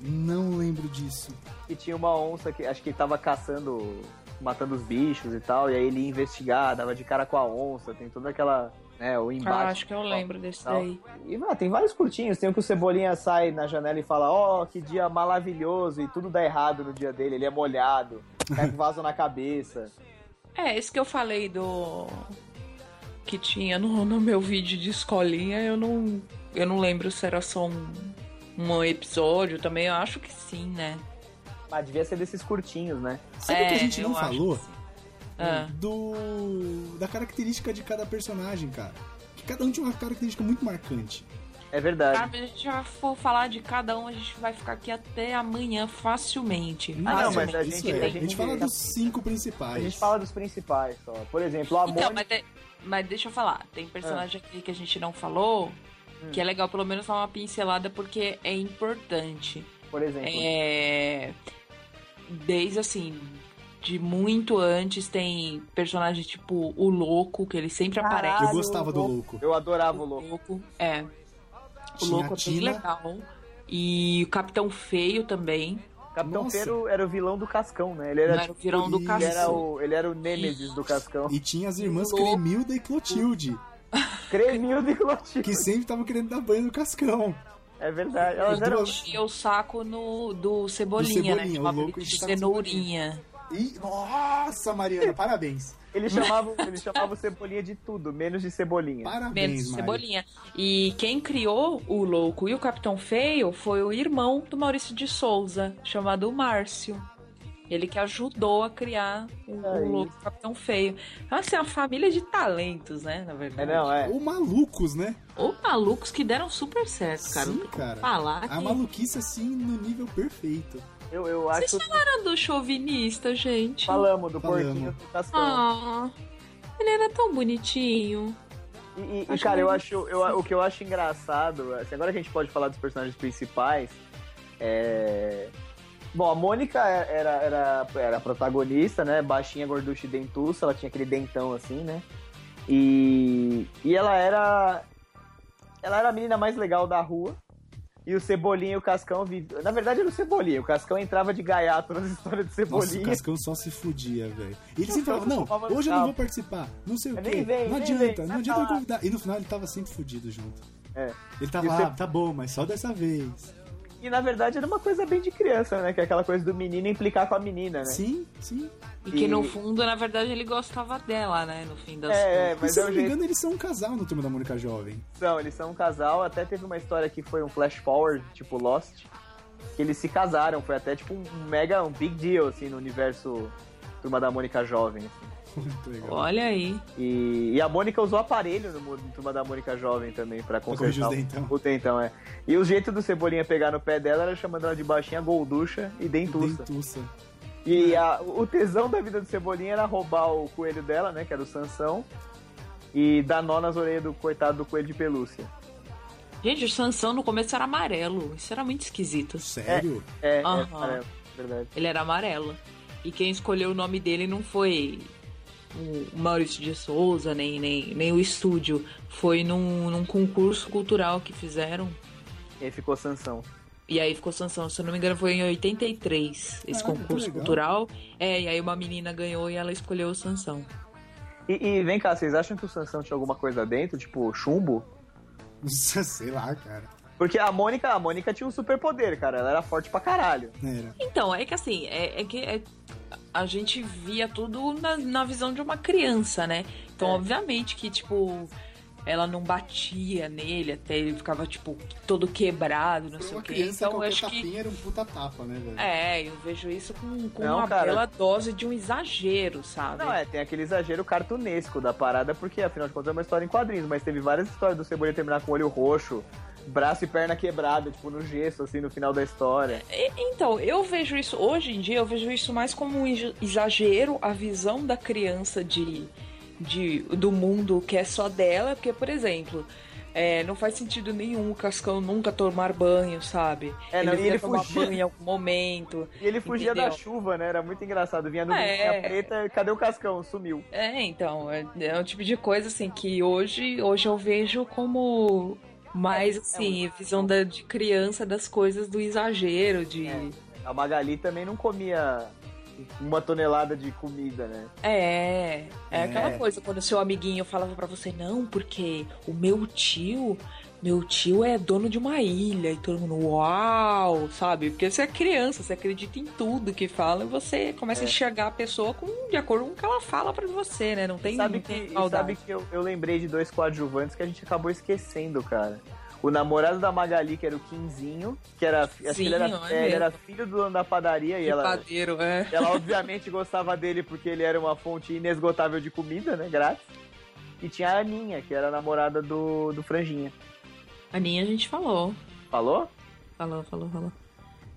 Não lembro disso. que tinha uma onça que acho que tava caçando, matando os bichos e tal, e aí ele ia investigar, dava de cara com a onça, tem toda aquela, né, o embate. Ah, acho que eu lembro desse Não. daí. E mano, tem vários curtinhos. Tem o que o Cebolinha sai na janela e fala: Ó, que dia maravilhoso! E tudo dá errado no dia dele. Ele é molhado, cai com vaso na cabeça. É, esse que eu falei do. Que tinha no, no meu vídeo de escolinha, eu não. Eu não lembro se era só um, um episódio também, eu acho que sim, né? Ah, devia ser desses curtinhos, né? Sabe o que a gente não eu acho falou? que sim. Ah, Do. Da característica de cada personagem, cara. Que cada um tinha uma característica muito marcante. É verdade. Cara, Ah, mas a gente já for falar de cada um, a gente vai ficar aqui até amanhã facilmente. Ah, não, Facilmente. mas a isso gente- é. a a gente gente- fala dos cinco A principais. gente fala dos principais só. Por exemplo, a Então, Mônica. mas, tem- mas deixa eu falar, tem personagem Ah. aqui que a gente não falou, Hum. que é legal pelo menos dar uma pincelada porque é importante. Por exemplo. É, desde assim, de muito antes tem personagem tipo o louco, que ele sempre Caralho, aparece. Eu gostava do louco. louco. Ah, Eu adorava o O louco. louco, é. O Tinha louco a é bem Tina. legal. E o Capitão Feio também. Capitão Nossa. Feiro era o vilão do Cascão, né? Ele era, não era o virão do ele ele era, Cassio. o, ele era o Nêmesis do Cascão. E tinha as irmãs Louco. Cremilda e Clotilde, Cremildo e Clotilde. que sempre estavam querendo dar banho no cascão. É verdade. As Elas eram duas- Enchia o saco no, do Cebolinha, Cebolinha, né? o Chamava louco ele de enchia o saco do Cenourinha. E, nossa, Mariana, parabéns. Ele chamava, ele chamava o Cebolinha de tudo, menos de Cebolinha. Parabéns, Menos Mari. Cebolinha. E quem criou o Louco e o Capitão Feio foi o irmão do Maurício de Souza, chamado Márcio. Ele que ajudou a criar o, Aí. o Louco e o Capitão Feio. Assim, uma família de talentos, né? Na É, verdade. não, é. Ou malucos, né? Ou malucos que deram super certo, cara. É Sim, cara. Falar A que maluquice, assim, no nível perfeito. Eu, eu Vocês acho. era do chauvinista, gente. Falamos do Falamos. porquinho do Cascão. Ah, ele era tão bonitinho. E- e, e, acho cara, eu legal. acho, eu, o que eu acho engraçado, assim, agora que a gente pode falar dos personagens principais, é. Bom, a Mônica é, era, era, era a protagonista, né? Baixinha, gorducha e dentuça, ela tinha aquele dentão assim, né? E, e ela era. Ela era a menina mais legal da rua. E o Cebolinha e o Cascão. vi- Na verdade, era o Cebolinha. O Cascão entrava de gaiato nas histórias do Nossa, o Cebolinha. Cascão só se fudia, velho. Ele sempre Cascão falava, não, tomava no hoje eu não tapa. vou participar, não sei o Eu quê, nem venho, não nem adianta, venho, não sai adianta eu pra lá." convidar. E no final ele tava sempre fudido junto. É. Ele tava, E o ah, Ce- tá bom, mas só dessa vez. E na verdade era uma coisa bem de criança, né? Que é aquela coisa do menino implicar com a menina, né? Sim, sim. E que no E- fundo, na verdade, ele gostava dela, né? No fim É, das é, Mas e, mas se é eu o não me jeito engano, eles são um casal no Turma da Mônica Jovem. que são. Eles são um casal. Até teve uma história que foi um flash forward, tipo Lost, que eles se casaram. Foi até tipo um mega, um big deal, assim, no universo Turma da Mônica Jovem. assim. Muito legal. Olha aí. E, e a Mônica usou aparelho no, mu- no Turma da Mônica Jovem também pra corrigir consertar os então. dentão. o- o dentão, é. E o jeito do Cebolinha pegar no pé dela era chamando ela de baixinha golducha e dentuça. Dentuça. E a- o tesão da vida do Cebolinha era roubar o coelho dela, né? Que era o Sansão. E dar nó nas orelhas do coitado do coelho de pelúcia. Gente, o Sansão no começo era amarelo. Isso era muito esquisito. Sério? É, é, Aham. cara, é verdade. Ele era amarelo. E quem escolheu o nome dele não foi o Maurício de Souza, nem, nem, nem o estúdio. Foi num, num concurso cultural que fizeram. E aí ficou Sansão. E aí ficou Sansão, se eu não me engano, foi em 83 esse Caraca, concurso Ah, que legal. cultural. É, e aí uma menina ganhou e ela escolheu o Sansão. E, e vem cá, vocês acham que o Sansão tinha alguma coisa dentro, tipo chumbo? Sei lá, cara. Porque a Mônica, a Mônica tinha um superpoder, cara. Ela era forte pra caralho. Era. Então, é que assim, é, é que é- a gente via tudo na, na visão de uma criança, né? Então, É. obviamente que, tipo, ela não batia nele, até ele ficava, tipo, todo quebrado, não Pra sei uma o quê. criança, Então, eu qualquer acho tapinha que. era um puta tapa, né, velho? É, eu vejo isso com, com Não, uma cara. bela dose de um exagero, sabe? Não, é, tem aquele exagero cartunesco da parada, porque afinal de contas é uma história em quadrinhos, mas teve várias histórias do Cebolinha terminar com o olho roxo, braço e perna quebrada, tipo, no gesso, assim, no final da história. E- Então, eu vejo isso, hoje em dia, eu vejo isso mais como um ex- exagero, a visão da criança de, de- do mundo que é só dela, porque, por exemplo, é, não faz sentido nenhum o Cascão nunca tomar banho, sabe? É, não, e devia ele tomar fugia. banho em algum momento. E ele fugia da Entendeu? chuva, né? Era muito engraçado. Vinha no É. preta, cadê o cascão? Sumiu. É, então, é, é um tipo de coisa assim que hoje, hoje eu vejo como É, mais um assim, visão da- de criança das coisas do exagero, de. É. A Magali também não comia uma tonelada de comida, né? É, é aquela É. coisa quando seu amiguinho falava pra você, não, porque o meu tio, meu tio é dono de uma ilha, e todo mundo, uau, sabe? Porque você é criança, você acredita em tudo que fala e você começa É. a enxergar a pessoa com, de acordo com o que ela fala pra você, né? Não tem, sabe não tem que, maldade. sabe que eu, eu lembrei de dois coadjuvantes que a gente acabou esquecendo, cara. O namorado da Magali, que era o Quinzinho, que era, acho que ele, era, Quinzinho, é é, ele mesmo. era filho do dono da padaria e De ela, padeiro, é. ela obviamente gostava dele porque ele era uma fonte inesgotável de comida, né? Grátis. E tinha a Aninha, que era a namorada do, do Franjinha. Aninha a gente falou. Falou? Falou, falou, falou.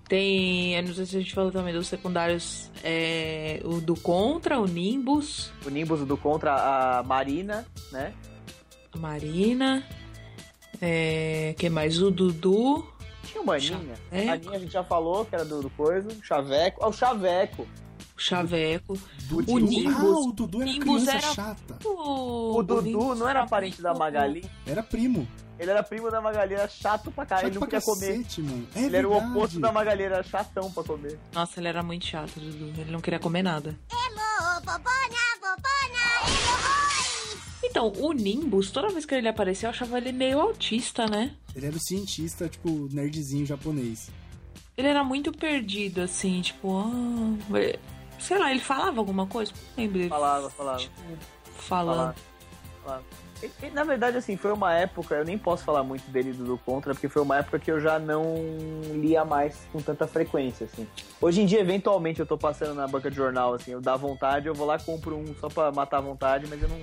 Tem, eu não sei se a gente falou também dos secundários, é, o do Contra, o Nimbus, O Nimbus do Contra, a Marina, né? a Marina, é, que mais? O Dudu. Tinha uma Aninha. Chaveco. A Aninha a gente já falou, que era do, do coisa. O Chaveco. Ó, o Chaveco. O Chaveco. Dudu- O Nimbus- Ah, o Dudu era Nimbus criança era- chata. O, O Dudu não era parente da Magali. Era primo. Ele era primo da Magali, era chato pra Tá, caralho, Chato ele não pra queria comer. cacete, mano. É Ele era o verdade. oposto da Magali, era chatão pra comer. Nossa, ele era muito chato, o Dudu. Ele não queria comer nada. Ô, bobona, bobona, Então, o Nimbus, toda vez que ele apareceu, eu achava ele meio autista, né? Ele era o cientista, tipo, nerdzinho japonês. Ele era muito perdido, assim, tipo... ah, é- sei lá, ele falava alguma coisa? Não lembro. dele. Falava, falava. Tipo, falando. Falava. E- e, na verdade, assim, foi uma época, eu nem posso falar muito dele do, do Contra, porque foi uma época que eu já não lia mais com tanta frequência, assim. Hoje em dia, eventualmente, eu tô passando na banca de jornal, assim, eu dá vontade, eu vou lá, compro um só pra matar a vontade, mas eu não...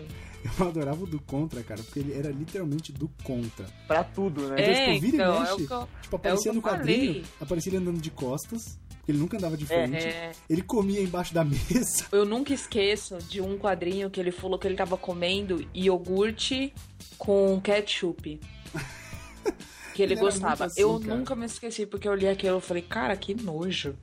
Eu adorava o do contra, cara, porque ele era literalmente do contra. pra tudo, né? Mas, É, tipo, vira e então, é mexe. o que eu... Tipo, aparecia eu no quadrinho, falei. aparecia ele andando de costas, porque ele nunca andava de frente. É, Ele comia embaixo da mesa. Eu nunca esqueço de um quadrinho que ele falou que ele tava comendo iogurte com ketchup. Que Ele ele, era muito gostava. assim, eu cara. nunca me esqueci, porque eu li aquilo e falei, cara, que nojo.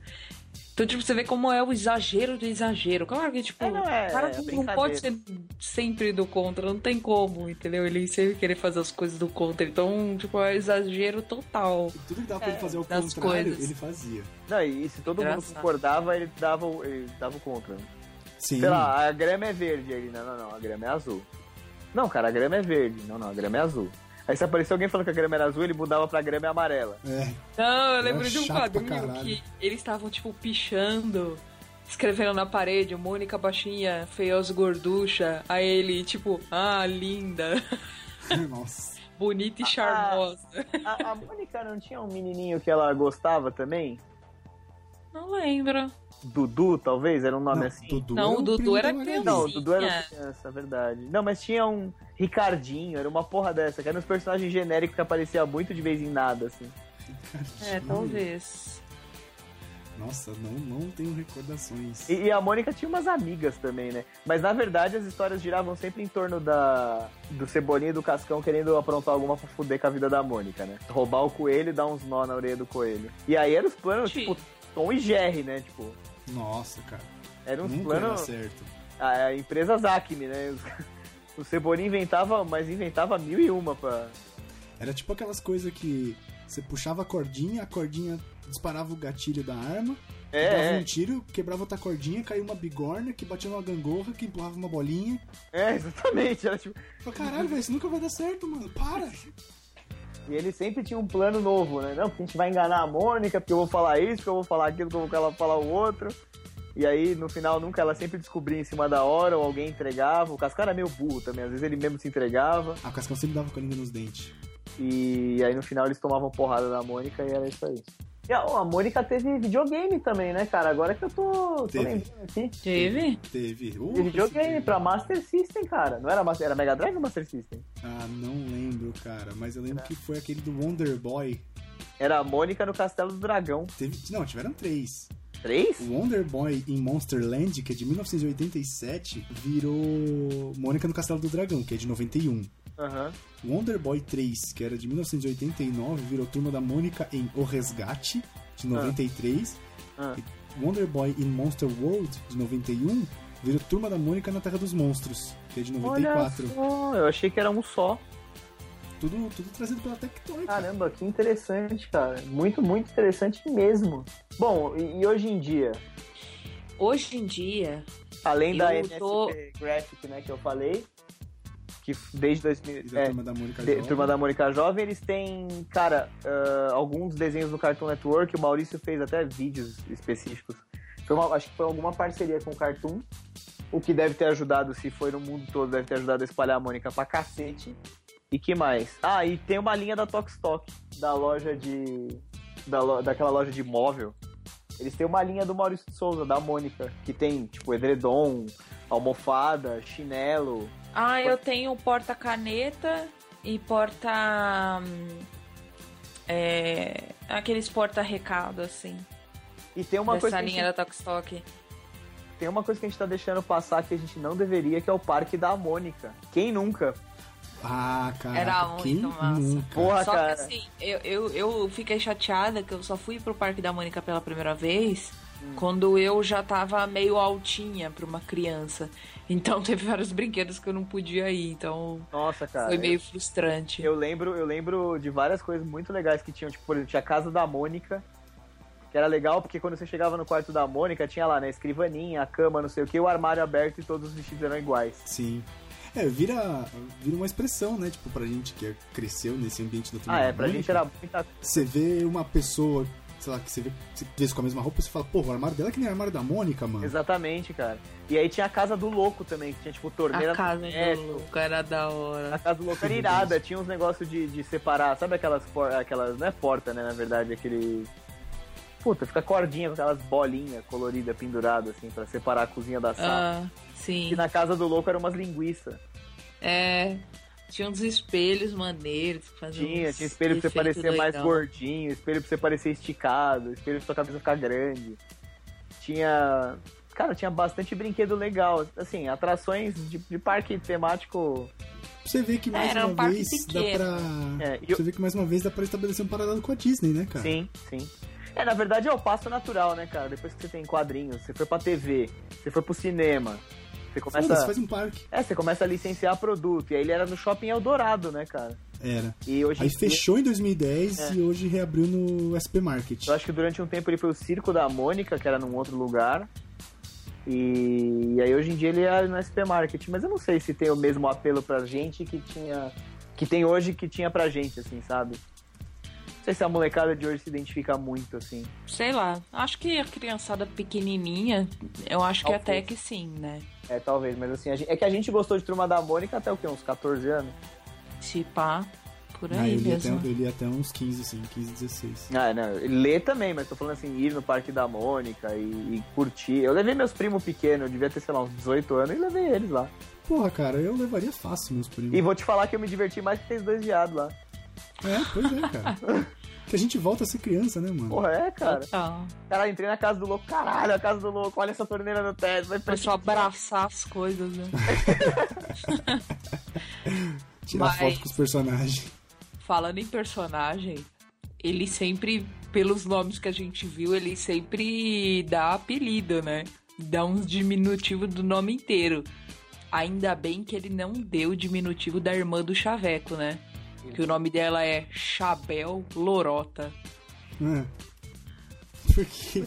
Então, tipo, você vê como é o exagero do exagero. Claro que, tipo, É, não, é- o cara é não- não, brincadeira. pode ser sempre do contra, não tem como, entendeu? Ele sempre querer fazer as coisas do contra. Então, tipo, é exagero total. Tudo que dava pra ele fazer ao É, das contrário, coisas. ele fazia. Não, e se todo mundo Engraçado. concordava, ele dava, o- ele dava o Contra. Sim. Sei lá, a grama é verde. Ele, não, não, não, a grama é azul. Não, cara, a grama é verde. Não, não, a grama é azul. Aí se aparecer alguém falando que a grama era azul, ele mudava pra grama é amarela. É, Não, eu Era lembro de um chato pra quadrinho caralho. que eles estavam, tipo, pichando, escrevendo na parede, Mônica Baixinha, Feiosa Gorducha, aí ele, tipo, ah, linda, nossa. bonita e Ah. charmosa. A, a Mônica não tinha um menininho que ela gostava também? Não lembro. Dudu, talvez? Era um nome Não, assim? Dudu Não, era o o Dudu primo era da Maria criança. Não, Alice. o Dudu era É. criança, verdade. Não, mas tinha um Ricardinho, era uma porra dessa, que era um personagem genérico que aparecia muito de vez em nada, assim. É, talvez. Nossa, não, não tenho recordações. E, e a Mônica tinha umas amigas também, né? Mas na verdade as histórias giravam sempre em torno da do Cebolinha e do Cascão querendo aprontar alguma pra fuder com a vida da Mônica, né? Roubar o coelho e dar uns nó na orelha do coelho. E aí eram os planos, Sim. tipo, Tom e Jerry, né? Tipo, Nossa, cara. eram uns Nunca era planos. certo. A, a empresa Acme, né? Os- O Cebolinha inventava, mas inventava mil e uma pra. Era tipo aquelas coisas que Você puxava a cordinha, a cordinha disparava o gatilho da arma, dava É, um é, tiro, quebrava outra cordinha, caiu uma bigorna que batia numa gangorra, que empurrava uma bolinha. é, exatamente. Era, tipo... Eu Falei, caralho, velho, isso nunca vai dar certo, mano. Para! E ele sempre tinha um plano novo, né? Não, porque a gente vai enganar a Mônica, porque eu vou falar isso, porque eu vou falar aquilo, porque eu vou ela falar o outro. E aí, no final, nunca ela sempre descobria em cima da hora, ou alguém entregava. O Cascar era meio burro também, às vezes ele mesmo se entregava. Ah, o Cascão sempre dava com a língua nos dentes. E aí, no final, eles tomavam porrada da Mônica e era isso aí. E a, a Mônica teve videogame também, né, cara? Agora que eu tô, tô Teve. lembrando aqui. Teve? Teve. Uh, Teve videogame esse- pra Master System, cara. Não era, Master, era Mega Drive ou Master System? Ah, não lembro, cara. Mas eu lembro que foi aquele do Wonder Boy. Era a Mônica no Castelo do Dragão. Teve... Não, tiveram três. Três? O Wonder Boy em Monsterland, que é de 1987, virou Mônica no Castelo do Dragão, que é de 91. Aham. Wonder Boy 3, que era de 1989, virou Turma da Mônica em O Resgate, de 93. Ah. E Wonder Boy in Monster World, de 91, virou Turma da Mônica na Terra dos Monstros, que é de Olha 94. só, eu achei que era um só. Tudo, tudo trazido pela Tectonic. Caramba, que interessante, cara. Muito, muito interessante mesmo. Bom, e, e hoje em dia, Hoje em dia, além da Eu MSP tô- Graphic, né, que eu falei, que f- desde E 2000, da é, Turma da Mônica de- Jovem. Turma da Mônica Jovem, eles têm, cara, ah, alguns desenhos no Cartoon Network, o Maurício fez até vídeos específicos. Foi uma- acho que foi alguma parceria com o Cartoon, o que deve ter ajudado, se foi no mundo todo, deve ter ajudado a espalhar a Mônica pra cacete. E que mais? Ah, e tem uma linha da Tokstok, da loja de... Da lo- daquela loja de móvel. Eles têm uma linha do Maurício de Souza, da Mônica, que tem, tipo, edredom, almofada, chinelo... ah, eu tenho porta-caneta e porta. hum, É, aqueles porta-recado, assim. E tem uma coisa dessa que a gente linha da Tokstok. Tem uma coisa que a gente tá deixando passar que a gente não deveria, que é o parque da Mônica. Quem nunca? Ah, cara. Era um então, muito quem massa. nunca? Porra, Só cara. que assim, eu, eu, eu fiquei chateada que eu só fui pro Parque da Mônica pela primeira vez Hum. quando eu já tava meio altinha pra uma criança. Então teve vários brinquedos que eu não podia ir, então Nossa, cara. foi meio frustrante. Eu lembro, eu lembro de várias coisas muito legais que tinham, tipo, por exemplo, tinha a casa da Mônica, que era legal porque quando você chegava no quarto da Mônica, tinha lá, né, escrivaninha, a cama, não sei o que, o armário aberto e todos os vestidos eram iguais. Sim. É, vira, vira uma expressão, né? Tipo, pra gente que cresceu nesse ambiente da Turma Ah, da é, Uhum. pra Mônica. gente era muita Você vê uma pessoa, sei lá, que você vê, você vê com a mesma roupa, você fala, pô, o armário dela é que nem o armário da Mônica, mano. Exatamente, cara. E aí tinha a casa do louco também, que tinha, tipo, torneira A do casa boneco. do louco era da hora. A casa do louco era irada, tinha uns negócios de, de separar, sabe aquelas, por- aquelas, não é porta, né, na verdade, aquele... Puta, fica cordinha com aquelas bolinhas coloridas penduradas, assim, pra separar a cozinha da sala. Ah, sim. E na casa do louco eram umas linguiças. É. Tinha uns espelhos maneiros que faziam. Tinha, uns tinha espelho pra você efeitos parecer mais doidão. gordinho, espelho pra você parecer esticado, espelho pra sua cabeça ficar grande. Tinha... Cara, tinha bastante brinquedo legal. Assim, atrações de, de parque temático... Você vê que mais Era um uma parque vez pequeno. dá pra. É, e eu- Você vê que mais uma vez dá pra estabelecer um paralelo com a Disney, né, cara? Sim, sim. É, na verdade é o passo natural, né, cara? Depois que você tem quadrinhos, você foi pra TV, você foi pro cinema, você começa. Foda-se, faz um parque. É, você começa a licenciar produto. E aí ele era no shopping Eldorado, né, cara? Era. E hoje. em Aí dia, fechou em 2010 É. e hoje reabriu no SP Market. Eu acho que durante um tempo ele foi o Circo da Mônica, que era num outro lugar. E, e aí hoje em dia ele é no SP Market. Mas eu não sei se tem o mesmo apelo pra gente que tinha. Que tem hoje que tinha pra gente, assim, sabe? Não sei se a molecada de hoje se identifica muito, assim. Sei lá. Acho que a criançada pequenininha, eu acho que Talvez. até que sim, né? É, talvez, mas assim, a gente- é que a gente gostou de Turma da Mônica até o quê? Uns 14 anos? Se pá, por Ah, aí eu, li até, mesmo. eu li até uns 15, assim, 15, 16. Ah, não, ler também, mas tô falando assim, ir no Parque da Mônica e, e curtir. Eu levei meus primos pequenos, eu devia ter, sei lá, uns 18 anos, e levei eles lá. Porra, cara, eu levaria fácil meus primos. E vou te falar que eu me diverti mais que vocês dois viados lá. É, pois é, cara. que a gente volta a ser criança, né, mano? Porra, é, cara. Total. Caralho, entrei na casa do louco, caralho, a casa do louco, olha essa torneira no teto, vai Pra só abraçar as coisas, né? Tirar mas- foto com os personagens. Falando em personagem, ele sempre, pelos nomes que a gente viu, ele sempre dá apelido, né? Dá uns diminutivos do nome inteiro. Ainda bem que ele não deu o diminutivo da irmã do Chaveco, né? que o nome dela é Chabel Lorota. Ah. Por quê?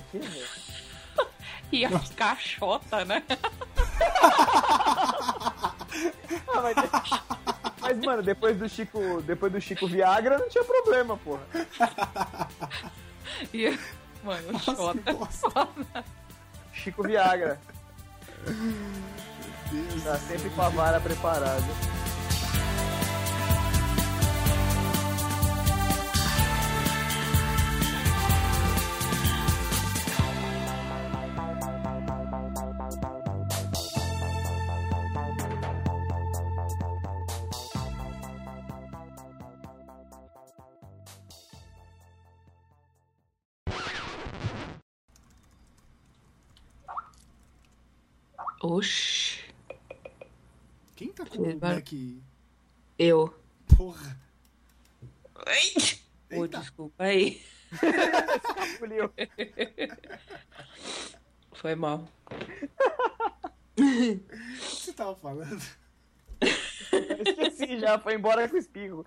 E a caixota, né? Ah, mas, mas, mano, depois do Chico, depois do Chico Viagra não tinha problema, porra. E, mano, Xota. Nossa, Chico Viagra. Tá sempre com a vara preparada. Oxi. Quem tá com o Ele vai- Mac? Eu. Porra. Ô, Eita. desculpa aí. Engoliu. Foi mal. O que você tava falando? Assim, Esqueci já, foi embora com o espirro.